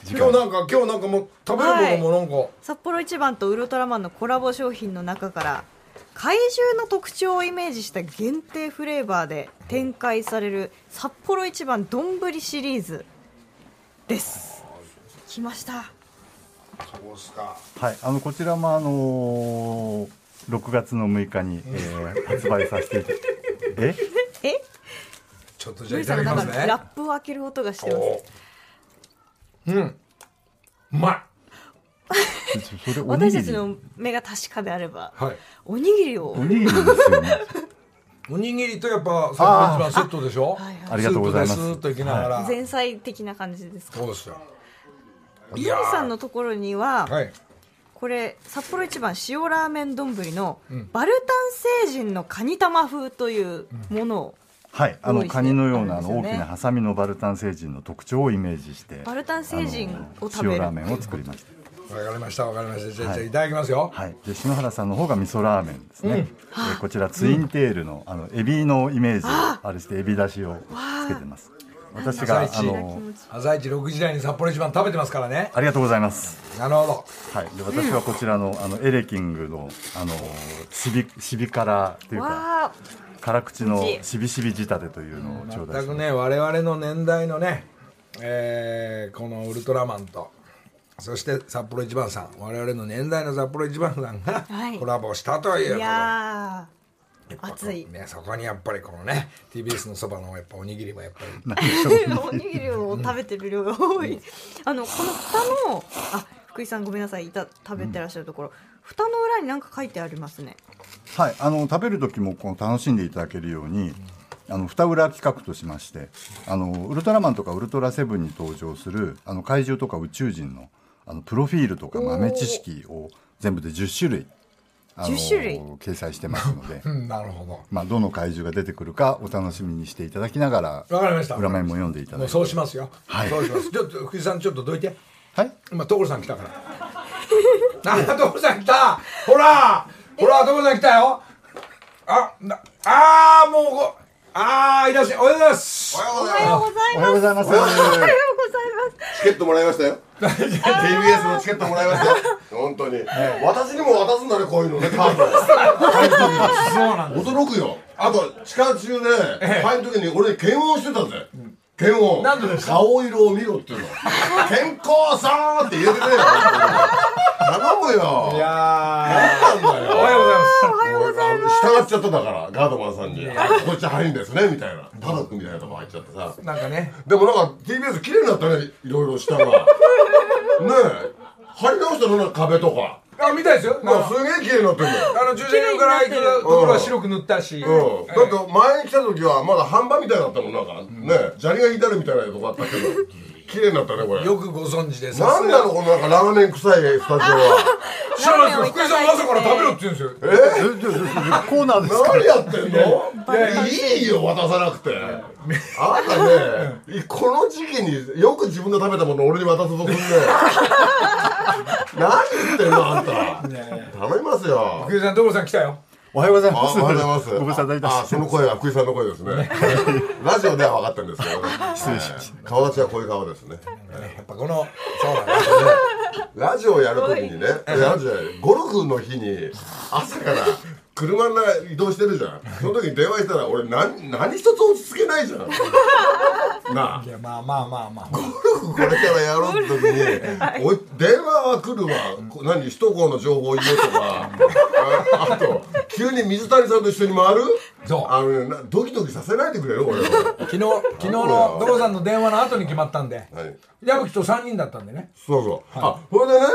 Speaker 7: 次
Speaker 1: 今
Speaker 7: 回
Speaker 1: 日なんか今日なんかもう食べるものもなんか、
Speaker 2: 札幌一番とウルトラマンのコラボ商品の中から怪獣の特徴をイメージした限定フレーバーで展開される札幌一番丼シリーズです来ました
Speaker 1: そうっすか
Speaker 7: はい、あのこちらもあのー、6月の6日に、えー発売させていた。え？
Speaker 2: え
Speaker 1: ちょっとじゃあ
Speaker 2: ルイ
Speaker 1: い
Speaker 2: さ
Speaker 1: ただ
Speaker 2: ん
Speaker 1: きま
Speaker 2: の中
Speaker 1: す
Speaker 2: で
Speaker 1: ね
Speaker 2: ラップを開ける音がしてます
Speaker 1: おーうんうま
Speaker 7: それおに
Speaker 2: 私
Speaker 7: ぎ
Speaker 2: た
Speaker 7: り
Speaker 2: ちの目が確かであれば、
Speaker 1: はい
Speaker 2: おにぎりを
Speaker 7: おにぎりですよね。
Speaker 1: おにぎりとやっぱサンドイッチマンセットでしょ
Speaker 2: はいはい
Speaker 7: ありがとうございます
Speaker 1: スープでスーッといきながら、
Speaker 2: 前菜的な感じですか
Speaker 1: そうですよい
Speaker 2: リ
Speaker 1: や
Speaker 2: ア
Speaker 1: ー
Speaker 2: ンさんのところには、
Speaker 1: はい
Speaker 2: これ札幌一番塩ラーメン丼の、バルタン星人のカニ玉風というものを、
Speaker 7: はい、あ
Speaker 2: 用意
Speaker 7: の
Speaker 2: して
Speaker 7: カニのような
Speaker 2: あ
Speaker 7: あ
Speaker 2: るん
Speaker 7: の
Speaker 2: ですよね
Speaker 7: 大きなハサミのバルタン星人の特徴をイメージして
Speaker 2: バルタン星人を食べる
Speaker 7: あの塩ラーメンを作りまし
Speaker 1: わかりましたわかりましたじゃあ,、
Speaker 7: はい
Speaker 1: じゃあいただきますよ、
Speaker 7: た、はい、で篠原さんの方が味噌ラーメンですね、えーこちらツインテールのあのエビのイメージをあれしてエビだしをつけてます私が
Speaker 1: 朝一
Speaker 7: あ
Speaker 2: 気
Speaker 7: の
Speaker 2: 持ち
Speaker 1: 朝一6時台に札幌一番食べてますからね
Speaker 7: ありがとうございます、
Speaker 1: なるほど
Speaker 7: はい、で私はこちらのあのエレキングのあのしびしび辛というか
Speaker 2: わあ
Speaker 7: 辛口の
Speaker 2: 美味しい
Speaker 7: しびしび仕立てというのを頂
Speaker 1: 全
Speaker 7: 戴しま
Speaker 1: く
Speaker 7: す
Speaker 1: ね我々の年代のね、えーこのウルトラマンとそして札幌一番さん我々の年代の札幌一番さんが
Speaker 2: はい
Speaker 1: コラボしたという
Speaker 2: いや
Speaker 1: やっぱこの
Speaker 2: 熱い
Speaker 1: ねそこにやっぱりこのね TBS のそばのやっぱおにぎりはやっぱり
Speaker 2: ー おにぎりを食べてる量が多いあのこの蓋のあ福井さんごめんなさいいた食べてらっしゃるところ、蓋の裏に何か書いてありますね
Speaker 7: はい、あの食べる時もこう楽しんでいただけるように、あの二裏企画としまして、あのウルトラマンとかウルトラセブンに登場するあの怪獣とか宇宙人のあのプロフィールとか豆知識を全部で10種類あの
Speaker 2: 10種類
Speaker 7: 掲載してますので
Speaker 1: う。んなるほど
Speaker 7: まあ、どの怪獣が出てくるかお楽しみにしていただきなが
Speaker 1: わからりました
Speaker 7: 裏面も読んでい
Speaker 1: も
Speaker 7: ただ
Speaker 1: う
Speaker 7: い
Speaker 1: そ
Speaker 7: て
Speaker 1: うしますよ、
Speaker 7: はい
Speaker 1: そうしますちょっと福井さんちょっとどいて
Speaker 7: はい
Speaker 1: 今所さん来たから あ所さん来たほらほら所さん来たよあなあーもうごあーいらっしゃいおはようございます
Speaker 3: おはよう
Speaker 2: お
Speaker 3: ご
Speaker 2: は
Speaker 3: ざい
Speaker 2: よう
Speaker 3: ま
Speaker 2: ござい
Speaker 7: おはよ
Speaker 2: ます
Speaker 7: うございます
Speaker 2: おはようございます
Speaker 3: すチケットもらいましたよ TBS のチケットもらいましたよ本当に私にも渡すんだねこういうのねカードを
Speaker 1: そうなん
Speaker 3: 驚くよあと地下中で入る時に俺検温してたぜ検温
Speaker 1: 何度ですか
Speaker 3: 顔色を見ろっていうの健康さーって言えてくれよ頼むよ
Speaker 1: いや
Speaker 3: なんだ
Speaker 1: ーおはようございます
Speaker 2: おはようございます
Speaker 3: 俺あの従っちゃっただからガードマンさんにあ「こっち入るんですね」みたいなタダ君みたいなとこ入っちゃってさ
Speaker 1: なんかね
Speaker 3: でもなんか TBS 綺麗になったねいろいろした らねえ張り直したのな壁とか
Speaker 1: あ見たいですよ
Speaker 3: まあすげえ綺麗になってるよ
Speaker 1: あの駐車場から行くところは白く塗ったし、
Speaker 3: うん、だ
Speaker 1: ええ
Speaker 3: って前に来た時はまだ半端みたいだったもんなんか、ね砂利が至るみたいなとこあったけど綺麗になったねこれ
Speaker 1: よくご存知でさ
Speaker 3: なんなのこのなんかラーメン臭いスタジオは
Speaker 1: 知らないですよ福井さんが朝から食べろって言うんですよ
Speaker 7: えちょちょちょコーナーですから
Speaker 3: 何やってんのいいよ渡さなくてあんたねこの時期によく自分で食べたものを俺に渡す とすんね何言ってんのあんた頼みますよ
Speaker 1: 福井さん所さん来たよ
Speaker 7: おはようござい
Speaker 3: あ
Speaker 7: ます
Speaker 3: おはようございます。
Speaker 7: ご無沙汰いたし
Speaker 3: あ、その声は福井さんの声です ね。ラジオでは分かったんですけどね。失礼しました。顔立ちはこういう顔ですね。
Speaker 1: やっぱこのそうなんです
Speaker 3: ラジオやるときにね、ラジオやるゴルフの日に朝から車の中移動してるじゃん。その時に電話したら俺何何一つ落ち着けないじゃん。なあ
Speaker 1: い。やまあまあまあまあ
Speaker 3: ゴルフこれからやろうって時に、 おい電話は来るわ、こ何、首都高の情報言えとか、ああと、急に水谷さんと一緒に回る
Speaker 1: そう
Speaker 3: あのねなドキドキさせないでくれる俺は。
Speaker 1: 昨日昨日の所さんの電話の後に決まったんで
Speaker 3: はい
Speaker 1: 矢吹と3人だったんでね
Speaker 3: そうそう。あ、それでね、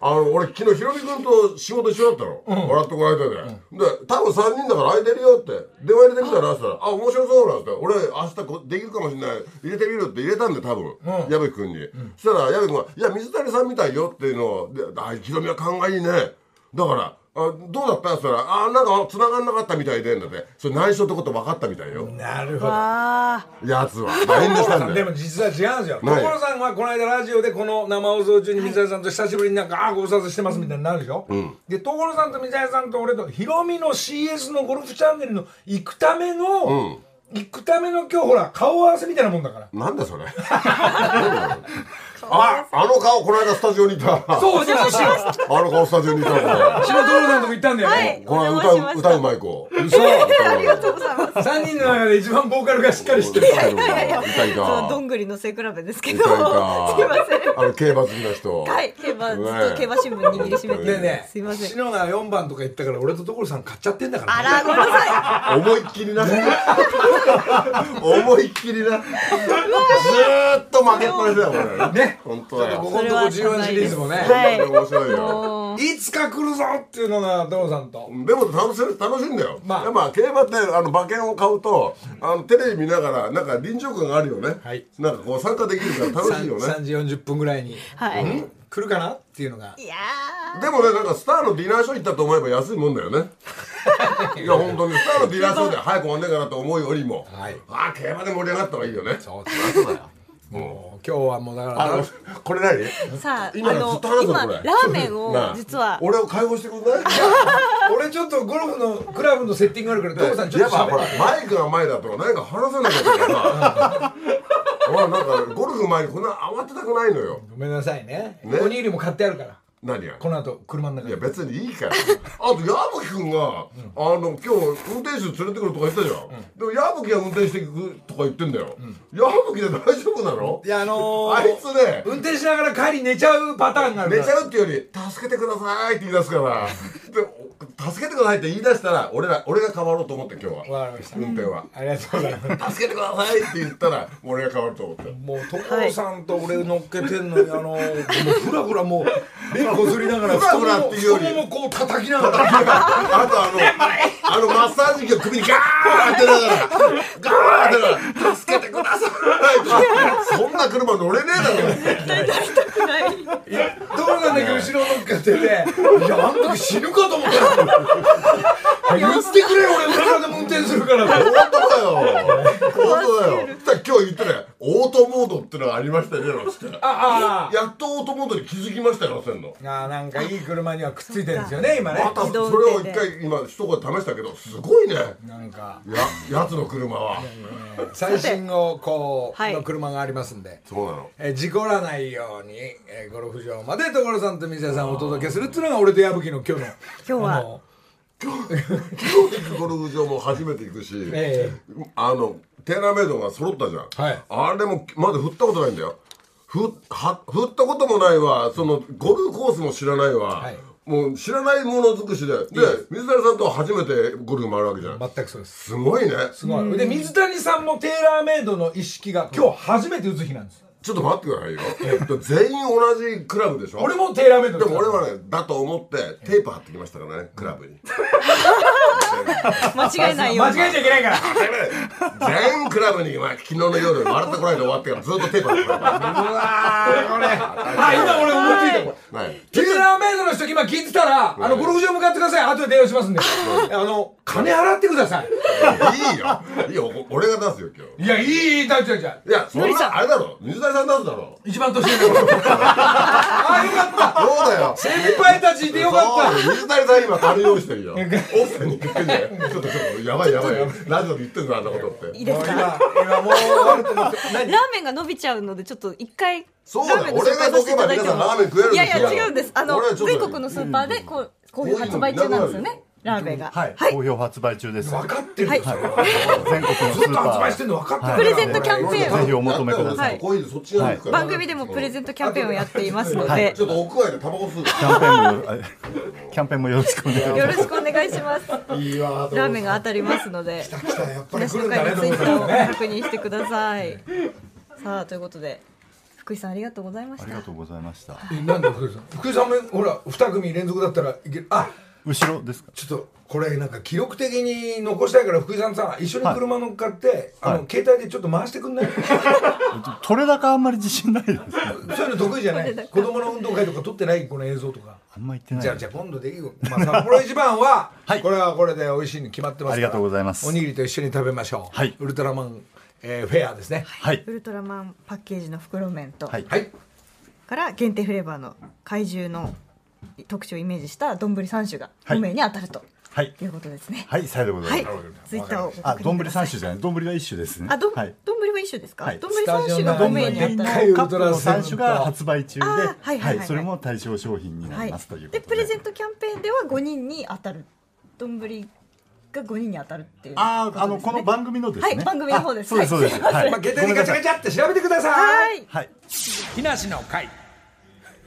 Speaker 3: あの、俺昨日ヒロミ君と仕事一緒だったの。笑ってこられてて。で、多分3人だから空いてるよって、電話入れてみたら、って言ったら、あ、面白そうなんつって、俺明日こできるかもしれない、入れてみるって入れたんで、多分、矢部君に。そしたら矢部君が、いや、水谷さんみたいよっていうのを、で、あ、ヒロミは勘がいいね。だから、あどうだったって言ったら、あ、なんか繋がんなかったみたいで、んだって。それ内緒ってこと分かったみたいよ。
Speaker 1: なるほど
Speaker 2: あ
Speaker 3: やつは。LINE でしたんだ
Speaker 1: で
Speaker 3: よ
Speaker 1: も。実は違うんですよ
Speaker 3: 何
Speaker 1: 所さんはこの間ラジオでこの生放送中に水谷さんと久しぶりになんか「ああご無沙汰してます」みたいになるでしょ、で所さんと水谷さんと俺とヒロミの CS のゴルフチャンネルの行くための、行くための今日ほら顔合わせみたいなもんだから
Speaker 3: なんだそれ。あ、あの顔、この間スタジオにいた。あ
Speaker 1: そうそうそうそう
Speaker 3: の顔、スタジオにいたのだ。
Speaker 1: 昨日所さんのとこ行ったんだよ、
Speaker 2: あはい
Speaker 3: この
Speaker 2: お
Speaker 3: 間
Speaker 2: 邪魔しまし
Speaker 3: 歌う、歌
Speaker 2: た
Speaker 3: うまい子。
Speaker 1: 嘘
Speaker 2: あありがとうございます
Speaker 1: 3人の中で一番ボーカルがしっかり してる
Speaker 3: いたいた。い
Speaker 2: その
Speaker 3: た
Speaker 2: どんぐりの背比べですけ
Speaker 3: い
Speaker 2: どすいません
Speaker 3: た。あの、競馬好きな人。
Speaker 2: はい、競馬、ず
Speaker 3: ね
Speaker 2: っと競馬新聞握りしめて
Speaker 1: で
Speaker 2: る。
Speaker 1: ね
Speaker 2: すいません。
Speaker 1: 篠が4番とか言ったから俺と所さん買っちゃってんだから
Speaker 2: あら、ごめんなさい。
Speaker 3: 思いっきりな。思いっきりな。ずーっと負けっぱなしだよ、これ。
Speaker 1: ねね
Speaker 3: 本当だ
Speaker 1: ちょっと
Speaker 3: よ
Speaker 1: ここのとこ14シリーズもね、
Speaker 2: はい
Speaker 3: 面白いよ
Speaker 2: もう
Speaker 1: い、つか来るぞっていうのがドロさんと
Speaker 3: でも楽しい楽しいんだよ、
Speaker 1: まあ
Speaker 3: やっぱ競馬ってあの馬券を買うとあのテレビ見ながらなんか臨場感があるよね、
Speaker 1: はい
Speaker 3: なんかこう参加できるから楽しいよね
Speaker 1: 3時40分ぐらいに
Speaker 2: はい
Speaker 1: 来るかなっていうのが
Speaker 2: いや
Speaker 3: でもねなんかスターのディナーショー行ったと思えば安いもんだ よねいや本当にスターのディナーショーで早く終わんねえかなと思うよりも、
Speaker 1: はい
Speaker 3: ああ競馬で盛り上がった方がいいよね
Speaker 1: そうです もう今日はもうだか
Speaker 3: あ
Speaker 1: ら
Speaker 3: のこれ何
Speaker 2: ーさあ
Speaker 3: 今
Speaker 2: あ
Speaker 3: のず
Speaker 2: の
Speaker 3: っと話す
Speaker 2: 今
Speaker 3: のこ
Speaker 2: ラ
Speaker 3: れ
Speaker 2: ーメン
Speaker 3: な
Speaker 2: を
Speaker 3: あ
Speaker 2: 実は
Speaker 3: 俺を解放してくん ない
Speaker 1: 俺ちょっとゴルフのクラブのセッティングあるからドロさんちょっ
Speaker 3: やっ
Speaker 1: と
Speaker 3: ぱ
Speaker 1: 喋
Speaker 3: ほ
Speaker 1: っ
Speaker 3: ら
Speaker 1: て
Speaker 3: マイクが前だとなんか話せなきゃいけない からほらなんかゴルフ前にこんな慌てたくないのよ
Speaker 1: ごめんなさいね
Speaker 3: ね
Speaker 1: おにぎりも買ってあるから
Speaker 3: 何が
Speaker 1: この後車の中
Speaker 3: い
Speaker 1: で
Speaker 3: や別にいいからあと矢吹君が、あの今日運転手連れてくるとか言ってたじゃん、でも矢吹が運転していくとか言ってんだよ、矢吹で大丈夫なの
Speaker 1: いやあのー
Speaker 3: あいつね
Speaker 1: 運転しながら帰り寝ちゃうパターンがあるか
Speaker 3: 寝
Speaker 1: ら
Speaker 3: ちゃうっていうより「助けてください」って言い出すからで「助けてください」って言い出したら俺ら俺が変わろうと思って今日は
Speaker 1: わかりました
Speaker 3: 運転は
Speaker 1: ありがとうございます
Speaker 3: 「助けてください」って言ったら俺が変わると思って。
Speaker 1: もう所さんと俺乗っけてんのに、あのもうふらふらもう目こすりながら
Speaker 3: ふらふらっていうより
Speaker 1: 太ももこう叩きながら
Speaker 3: あとあの、あのマッサージ機を首にガーンってながら、ガーンってながら、助けてくださいそんな車乗れねえだろ。
Speaker 1: 所さんだけ後ろ乗っけて ていやあの時死ぬかと思ったよ言ってくれよ俺裏でも運転するから
Speaker 3: 本当だよ。本当だよ。そしたら今日言ってね、オートモードってのがありましたね、なんつって。
Speaker 1: ああ
Speaker 3: やっとオートモードに気づきましたよ、せんの。
Speaker 1: ああなんかいい車にはくっついてるんですよね今ね
Speaker 3: またそれを一回今一声試したけど、すごいね。
Speaker 1: なんか
Speaker 3: や、やつの車は。
Speaker 1: 最新のこう
Speaker 2: はい
Speaker 1: の車がありますんで
Speaker 3: そうなの。
Speaker 1: えー事故らないように、えーゴルフ場まで所さんと水谷さんをお届けするっていうのが俺と矢吹の今日の
Speaker 2: 今日
Speaker 1: あ
Speaker 2: は
Speaker 1: の
Speaker 3: 今日行くゴルフ場も初めて行くし。
Speaker 1: え
Speaker 3: あのテーラーメイドが揃ったじゃん、
Speaker 1: はい
Speaker 3: あれもまだ振ったことないんだよふは振ったこともないわそのゴルフコースも知らないわ、
Speaker 1: はい
Speaker 3: もう知らないもの尽くしでで水谷さんとは初めてゴルフ回るわけじゃん
Speaker 1: ー全くそうです
Speaker 3: すごいね
Speaker 1: すごいで水谷さんもテーラーメイドの意識が今日初めて打つ日なんです
Speaker 3: ちょっと待ってくださいよ全員同じクラブでしょ
Speaker 1: 俺もテーラーメイド
Speaker 3: で
Speaker 1: です
Speaker 3: も俺はねだと思ってテープ貼ってきましたからねクラブに
Speaker 2: 間違えないよう
Speaker 1: 間違
Speaker 2: に
Speaker 1: えちゃいけないから
Speaker 3: 全員クラブに、まあ、昨日の夜笑ってこないで終わってからずっとテープ貼ってきました
Speaker 1: うわーこれあ今俺思いついたこれ
Speaker 3: はい
Speaker 1: テーラーメイドの人今聞いてたら、あの、ゴルフ場向かってください。後で電話しますんで。あの、金払ってください。
Speaker 3: いいよ。いいよ。お俺が出すよ、今日。
Speaker 1: いや、いい、いい、大丈夫、大丈夫。
Speaker 3: いや、そん
Speaker 2: のりさ
Speaker 3: な、
Speaker 2: ん
Speaker 3: あれだろ。水谷さん出すだろ。
Speaker 1: 一番年上だから。ああ、よかった。
Speaker 3: そうだよ。
Speaker 1: 先輩たちいてよかった。
Speaker 3: そう水谷さん今、金用意してるよ。奥さんに言ってんだよ。ちょっと、ちょっと、やばいやばいやばい。ラジオで言ってんだ、あんなことって。
Speaker 2: いいですか
Speaker 1: 今、今もう終わると思って。
Speaker 2: ラーメンが伸びちゃうのでちょっと一回
Speaker 3: そうだよ俺がどけば皆さんラーメン食えるん
Speaker 2: い
Speaker 3: です
Speaker 2: や
Speaker 3: よ
Speaker 2: いや違うんですあの
Speaker 3: 俺はちょっと
Speaker 2: 全国のスーパーでこうこういう発売中なんですよねラーメンが
Speaker 7: はい、好評発売中です。
Speaker 1: 分かってるんですよ。
Speaker 7: 全国のス
Speaker 1: ずっ
Speaker 7: ー
Speaker 1: と
Speaker 7: パ
Speaker 1: 発売して
Speaker 7: ー。
Speaker 1: んの分かってる
Speaker 2: プレゼントキャンペーン
Speaker 7: ぜ
Speaker 2: を
Speaker 7: ひお求めください。
Speaker 3: コインでそっちが行くから。
Speaker 2: 番組でもプレゼントキャンペーンをやっていますの
Speaker 7: は
Speaker 2: で
Speaker 7: い
Speaker 3: ちょっと屋外でタバコ吸う。
Speaker 7: キャンペーンもよろ、あキャンペーンもよろしくお願いします
Speaker 2: よろしくお願いしますラ
Speaker 1: いいわ、
Speaker 2: ーメンが当たりますので
Speaker 1: 来た、やっぱり
Speaker 2: 私
Speaker 1: 来
Speaker 2: の
Speaker 1: るんだ
Speaker 2: 会
Speaker 1: ね、
Speaker 2: の
Speaker 1: と
Speaker 2: ツイ
Speaker 1: 思った
Speaker 2: ッタ
Speaker 1: ら
Speaker 2: ーを
Speaker 1: ね。
Speaker 2: 確認してくださいさあということで福井さんありがとうございまし
Speaker 7: あ
Speaker 2: た
Speaker 7: りがとうございました。
Speaker 1: えなんで福井さん福井さんもほら2組連続だったらいけるあ
Speaker 7: 後ろですか。
Speaker 1: ちょっとこれなんか記録的に残したいから福井さんさ一緒に車乗っかって、あの携帯でちょっと回してくんない、
Speaker 7: 取れ高あんまり自信ないですね。
Speaker 1: そういうの得意じゃない子供の運動会とか撮ってないこの映像とか
Speaker 7: あんま言ってない。
Speaker 1: じゃあじゃあ今度でいいよ、まあ、札幌一番は、
Speaker 7: はい
Speaker 1: これはこれで美味しいに決まってますから
Speaker 7: ありがとうございます
Speaker 1: おにぎりと一緒に食べましょう、
Speaker 7: はい
Speaker 1: ウルトラマン、えーフェアですね
Speaker 7: はい
Speaker 2: ウ。ルトラマンパッケージの袋麺と、
Speaker 7: はい。
Speaker 1: はい
Speaker 2: から限定フレーバーの怪獣の特徴をイメージした丼3種が
Speaker 7: はい
Speaker 2: 5名に当たると
Speaker 7: はい。
Speaker 2: いうことですね。
Speaker 7: はい、さようでござ
Speaker 2: はい
Speaker 7: います。。
Speaker 2: ツイッターをご
Speaker 7: あ、
Speaker 2: 確認
Speaker 7: 丼
Speaker 2: ください
Speaker 7: 三種じゃない。丼は一種ですね。
Speaker 2: あ、どん
Speaker 7: はい。
Speaker 2: 丼は一種ですか
Speaker 7: は？い
Speaker 2: 丼三種が5名に当た
Speaker 1: はい
Speaker 2: る。
Speaker 1: ウ
Speaker 7: カ
Speaker 1: ル
Speaker 7: ッ
Speaker 1: ト
Speaker 7: プ
Speaker 1: ラ
Speaker 7: の
Speaker 1: セブン
Speaker 7: 三
Speaker 1: と
Speaker 7: 種が発売中で、
Speaker 2: あーはいはいはいはい
Speaker 7: それも対象商品にな
Speaker 2: は
Speaker 7: り
Speaker 2: い
Speaker 7: ますという。こ
Speaker 2: で
Speaker 7: と
Speaker 2: プレゼントキャンペーンでは5人に当たる。丼が5人に当たるっていう。
Speaker 7: あー、あのこの番組のですね。
Speaker 2: はい番組の方です
Speaker 7: あそうですそうです。はい。
Speaker 1: まあ、携帯でガチャガチャって調べてください
Speaker 2: はい。
Speaker 7: はい。
Speaker 6: 木梨の会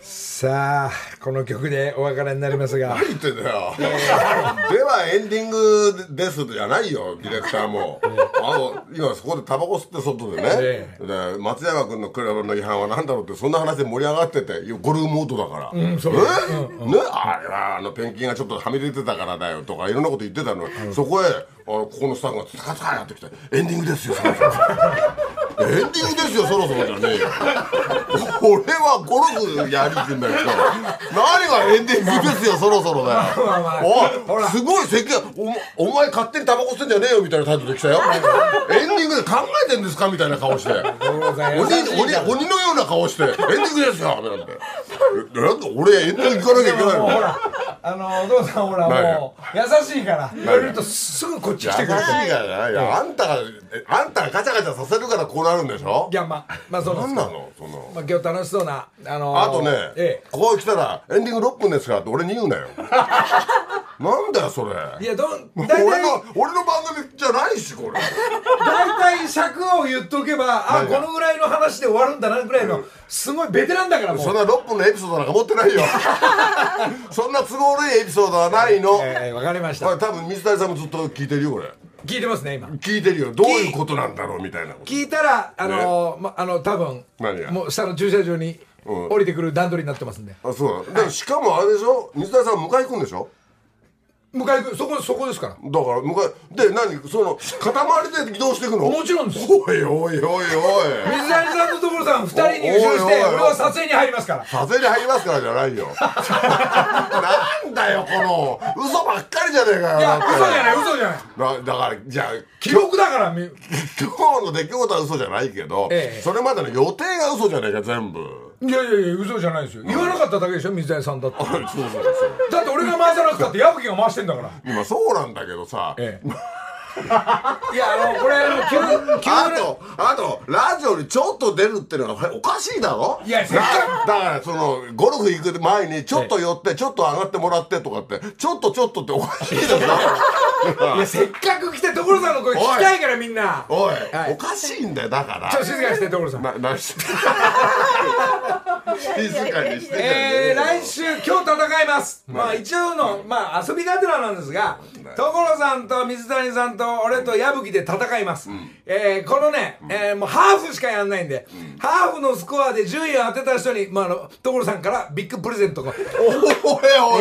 Speaker 1: ささあこの曲でお別れになりますが
Speaker 3: 何言ってんだよ。ではエンディングですじゃないよ、ディレクターも。あの、今そこでタバコ吸って外で
Speaker 1: え
Speaker 3: ね。で、松山君のクラブの違反は何だろうって、そんな話で盛り上がってて、いやゴルフモードだから。うん、そう。ねあれは、あの、ペンキンがちょっとはみ出てたからだよとか、いろんなこと言ってたのに、そこへ、あの、ここのスタッフがツカツカやってきて、エンディングですよ、そろそろエンディングですよ、そろそろじゃねえよ。俺はゴルフやりに行くんだけど何がエンディングですよそろそろだよ
Speaker 1: まあまあほ
Speaker 3: おい
Speaker 1: ら
Speaker 3: すごい席がおお前勝手にタバコ吸ってんじゃねえよみたいな態度で来たよエンディングで考えてんですかみたいな顔して鬼
Speaker 1: 五郎さん優しい
Speaker 3: 鬼鬼のような顔してエンディングですよなんてえなんで俺エンディング行かなきゃいけない
Speaker 1: もう
Speaker 3: の
Speaker 1: ほらあのお父さんほら
Speaker 3: 何
Speaker 1: もう優しいから言われるとすぐこっち
Speaker 3: 優
Speaker 1: 来
Speaker 3: してい
Speaker 1: くれ
Speaker 3: か
Speaker 1: る
Speaker 3: らいやあんたがえあんたがガチャガチャさせるからこうなるんでしょ
Speaker 1: いやまあまあそうなん
Speaker 3: 何
Speaker 1: です
Speaker 3: な
Speaker 1: か
Speaker 3: のその
Speaker 1: まあ今日楽しそうなあの
Speaker 3: あとね、
Speaker 1: え
Speaker 3: ここへ来たら「エンディング6分ですから」って俺に言うなよ なんだよそれ
Speaker 1: えいやどん
Speaker 3: 俺
Speaker 1: 大体
Speaker 3: の俺の番組じゃないしこれ
Speaker 1: 大体尺を言っとけばあ
Speaker 3: 何が
Speaker 1: このぐらいの話で終わるんだなぐらいのすごいベテランだからも
Speaker 3: そん
Speaker 1: う
Speaker 3: な6分のエピソードなんか持ってない よそんな都合のいいエピソードはないの、
Speaker 1: ええわかりまし
Speaker 3: こ
Speaker 1: た
Speaker 3: れ多分水谷さんもずっと聞いてるよこれ
Speaker 1: 聞いてますね今
Speaker 3: 聞いてるよどういうことなんだろうみたいなこと
Speaker 1: 聞いたらあのまあの多分
Speaker 3: 何が
Speaker 1: もう下の駐車場に
Speaker 3: うん
Speaker 1: 降りてくる段取りになってますんで
Speaker 3: あそうだだからしかもあれでしょ水谷さん迎え行くんでしょ
Speaker 1: 向かいそこそこですから
Speaker 3: だから迎えで何その塊で移動していくの
Speaker 1: もちろんです
Speaker 3: おいおいおいおい
Speaker 1: 水谷さんと所さん2人に優勝し
Speaker 3: おいおい
Speaker 1: て
Speaker 3: おいおい
Speaker 1: 俺は撮影に入りますから
Speaker 3: 風に入りますからじゃないよなんだよこの嘘ばっかりじゃねえかよ
Speaker 1: いや嘘じゃない
Speaker 3: い
Speaker 1: 嘘じゃない
Speaker 3: だだからじゃあ
Speaker 1: 記録だからみ
Speaker 3: 今日の出来事は嘘じゃないけど、
Speaker 1: ええ
Speaker 3: それまでの予定が嘘じゃねえか全部
Speaker 1: いやいやいや嘘じゃないですよ言わなかっただけでしょ水谷さんだって
Speaker 3: そうそうそう
Speaker 1: だって俺が回さなくたって矢吹が回してんだから
Speaker 3: 今そうなんだけどさ、
Speaker 1: ええいやあのこれあの急急な
Speaker 3: あとあとラジオにちょっと出るっていうのがおかしいだろ
Speaker 1: いやせっ
Speaker 3: だ
Speaker 1: か
Speaker 3: だからそのゴルフ行く前にちょっと寄ってちょっと上がってもらってとかってちょっとちょっとっておかしいでしょ
Speaker 1: いやせっかく来て所さんの声聞きたいからみんな
Speaker 3: おい、
Speaker 1: はい
Speaker 3: おかしいんだよだから
Speaker 1: ちょっと静かにして所さん
Speaker 3: な、なして 静かにして
Speaker 1: えー、来週今日戦います、まあ一応の、まあ、遊びがてらなんですが所さんと水谷さんと俺と矢吹で戦います、えーこのね、えーもうハーフしかやんないんで、ハーフのスコアで順位を当てた人に、まあ、あの所さんからビッグプレゼントが、
Speaker 3: おい
Speaker 1: え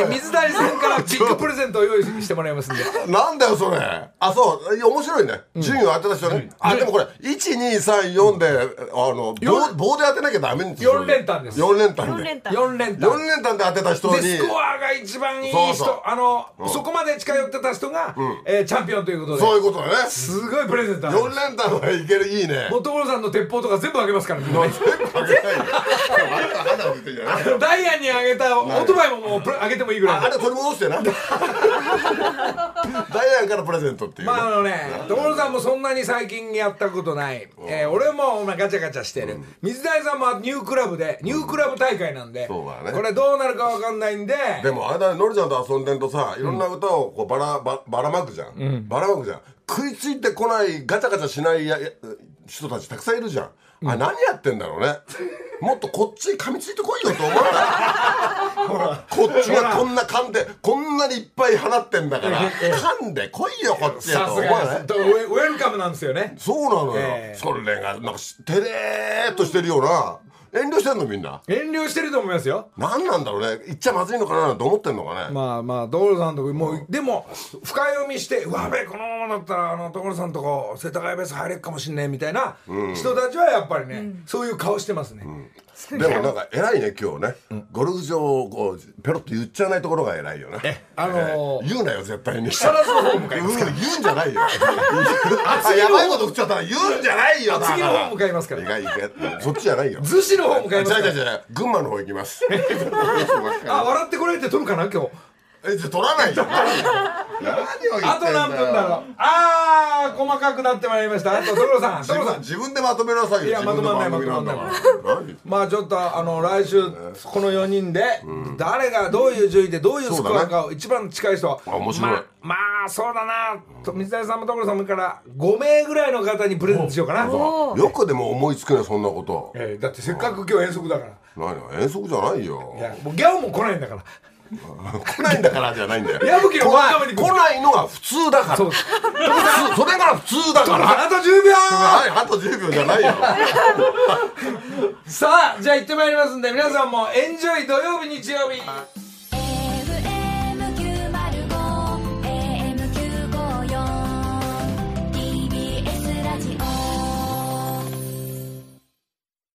Speaker 3: お
Speaker 1: ー
Speaker 3: い
Speaker 1: 水谷さんからビッグプレゼントを用意してもらいますん で
Speaker 3: なんだよそれあそういや面白いね順位を当てた人ね、あでもこれ1234であの棒
Speaker 1: よ
Speaker 3: 棒で当てなきゃダメんです
Speaker 1: 四連単です
Speaker 3: 4連単
Speaker 2: 4
Speaker 3: で
Speaker 2: 連単
Speaker 1: 4連単
Speaker 3: 4連単で当てた人
Speaker 1: で
Speaker 3: に
Speaker 1: スコアが一番いい人
Speaker 3: そうそう
Speaker 1: あの、そこまで近寄ってた人が、えーチャンピオンということで
Speaker 3: そういうことだね
Speaker 1: すごいプレゼントある
Speaker 3: 4連単はいけるいいね
Speaker 1: もう所さんの鉄砲とか全部あげますからみんなね
Speaker 3: 全部 あげないよあれは肌を見てんじゃないよ
Speaker 1: ダイアンにあげたオートバイももうプレあげてもいいぐらい
Speaker 3: ああ
Speaker 1: で
Speaker 3: れ取り戻し てなダイアンからプレゼントっていうね、
Speaker 1: まああのね所さんもそんなに最近やったことない、えー俺もまあガチャガチャしてる、水谷さんもニュークラブでニュークラブ大会なんで、
Speaker 3: そうだね
Speaker 1: これどうなるかわかんないんで
Speaker 3: でもあれだねのりちゃんと遊んでんとさいろんな歌をこうばらばばらまくじゃん、ばらまくじゃん食いついてこないガチャガチャしないやや人たちたくさんいるじゃん、あ何やってんだろうねもっとこっちに噛みついてこいよと思わないこっちがこんな噛んでこんなにいっぱい放ってんだから噛んでこいよこっちや
Speaker 1: さ
Speaker 3: と
Speaker 1: す
Speaker 3: 思わ
Speaker 1: が
Speaker 3: ない
Speaker 1: ですウェウェルカムなんですよね
Speaker 3: そうなのよ、
Speaker 1: ええ
Speaker 3: それがなんかしてれーっとしてるような遠慮してんのみんな
Speaker 1: 遠慮してると思いますよ
Speaker 3: 何なんだろうね言っちゃまずいのかななんて思ってんのかね、
Speaker 1: まあまあ所さんとこもうでも深読みして「うわべこのままだったらあの所さんとこ世田谷ベース入れっかもしんねえ」みたいな人たちはやっぱりね、そういう顔してますね、
Speaker 3: でもなんか偉いね今日ね、ゴルフ場をこうペロッと言っちゃわないところが偉いよね
Speaker 1: あのー
Speaker 3: えー言うなよ絶対に
Speaker 1: らずの方向かいます
Speaker 3: うん言うんじゃないよあやばいこと食っちゃったら言うんじゃないよだから
Speaker 1: 次の方向かいますから
Speaker 3: 意外意外そっちじゃないよ
Speaker 1: 逗子の方向かいます
Speaker 3: じ
Speaker 1: か
Speaker 3: ゃ
Speaker 1: ら
Speaker 3: じゃじゃ群馬の方行きます
Speaker 1: あ笑ってこられて撮るかな今日
Speaker 3: えじゃあ取らないよ何を言
Speaker 1: あ
Speaker 3: って
Speaker 1: と
Speaker 3: んだよ
Speaker 1: 何分だろうあー細かくなってまいりましたあと所 さん所
Speaker 3: 自
Speaker 1: さ
Speaker 3: 分
Speaker 1: ん
Speaker 3: 自分でまとめなさいよ
Speaker 1: いや
Speaker 3: 自分の
Speaker 1: まとまんない
Speaker 3: 番組んだから
Speaker 1: ま
Speaker 3: 何言って
Speaker 1: まあちょっとあの来週この4人で誰がどういう順位でどういうスコアかを一番近い人
Speaker 3: あ面白い
Speaker 1: ままあそうだなと水谷さんも所さんもから5名ぐらいの方にプレゼントしようかな
Speaker 3: よくでも思いつくねそんなこと
Speaker 1: えーだってせっかく今日遠足だから
Speaker 3: 何遠足じゃないよ
Speaker 1: いやもうギャオも来ないんだから
Speaker 3: 来ないんだからじゃないんだよ
Speaker 1: 矢吹を
Speaker 3: 来
Speaker 1: こう
Speaker 3: な
Speaker 1: 食べ
Speaker 3: い
Speaker 1: てくる
Speaker 3: 来ないのが普通だか ら
Speaker 1: そう
Speaker 3: 普通それが普通だから
Speaker 1: あと10秒
Speaker 3: はいあと10秒じゃないよ
Speaker 1: さあじゃあ行ってまいりますんで皆さんもエンジョイ土曜日日曜日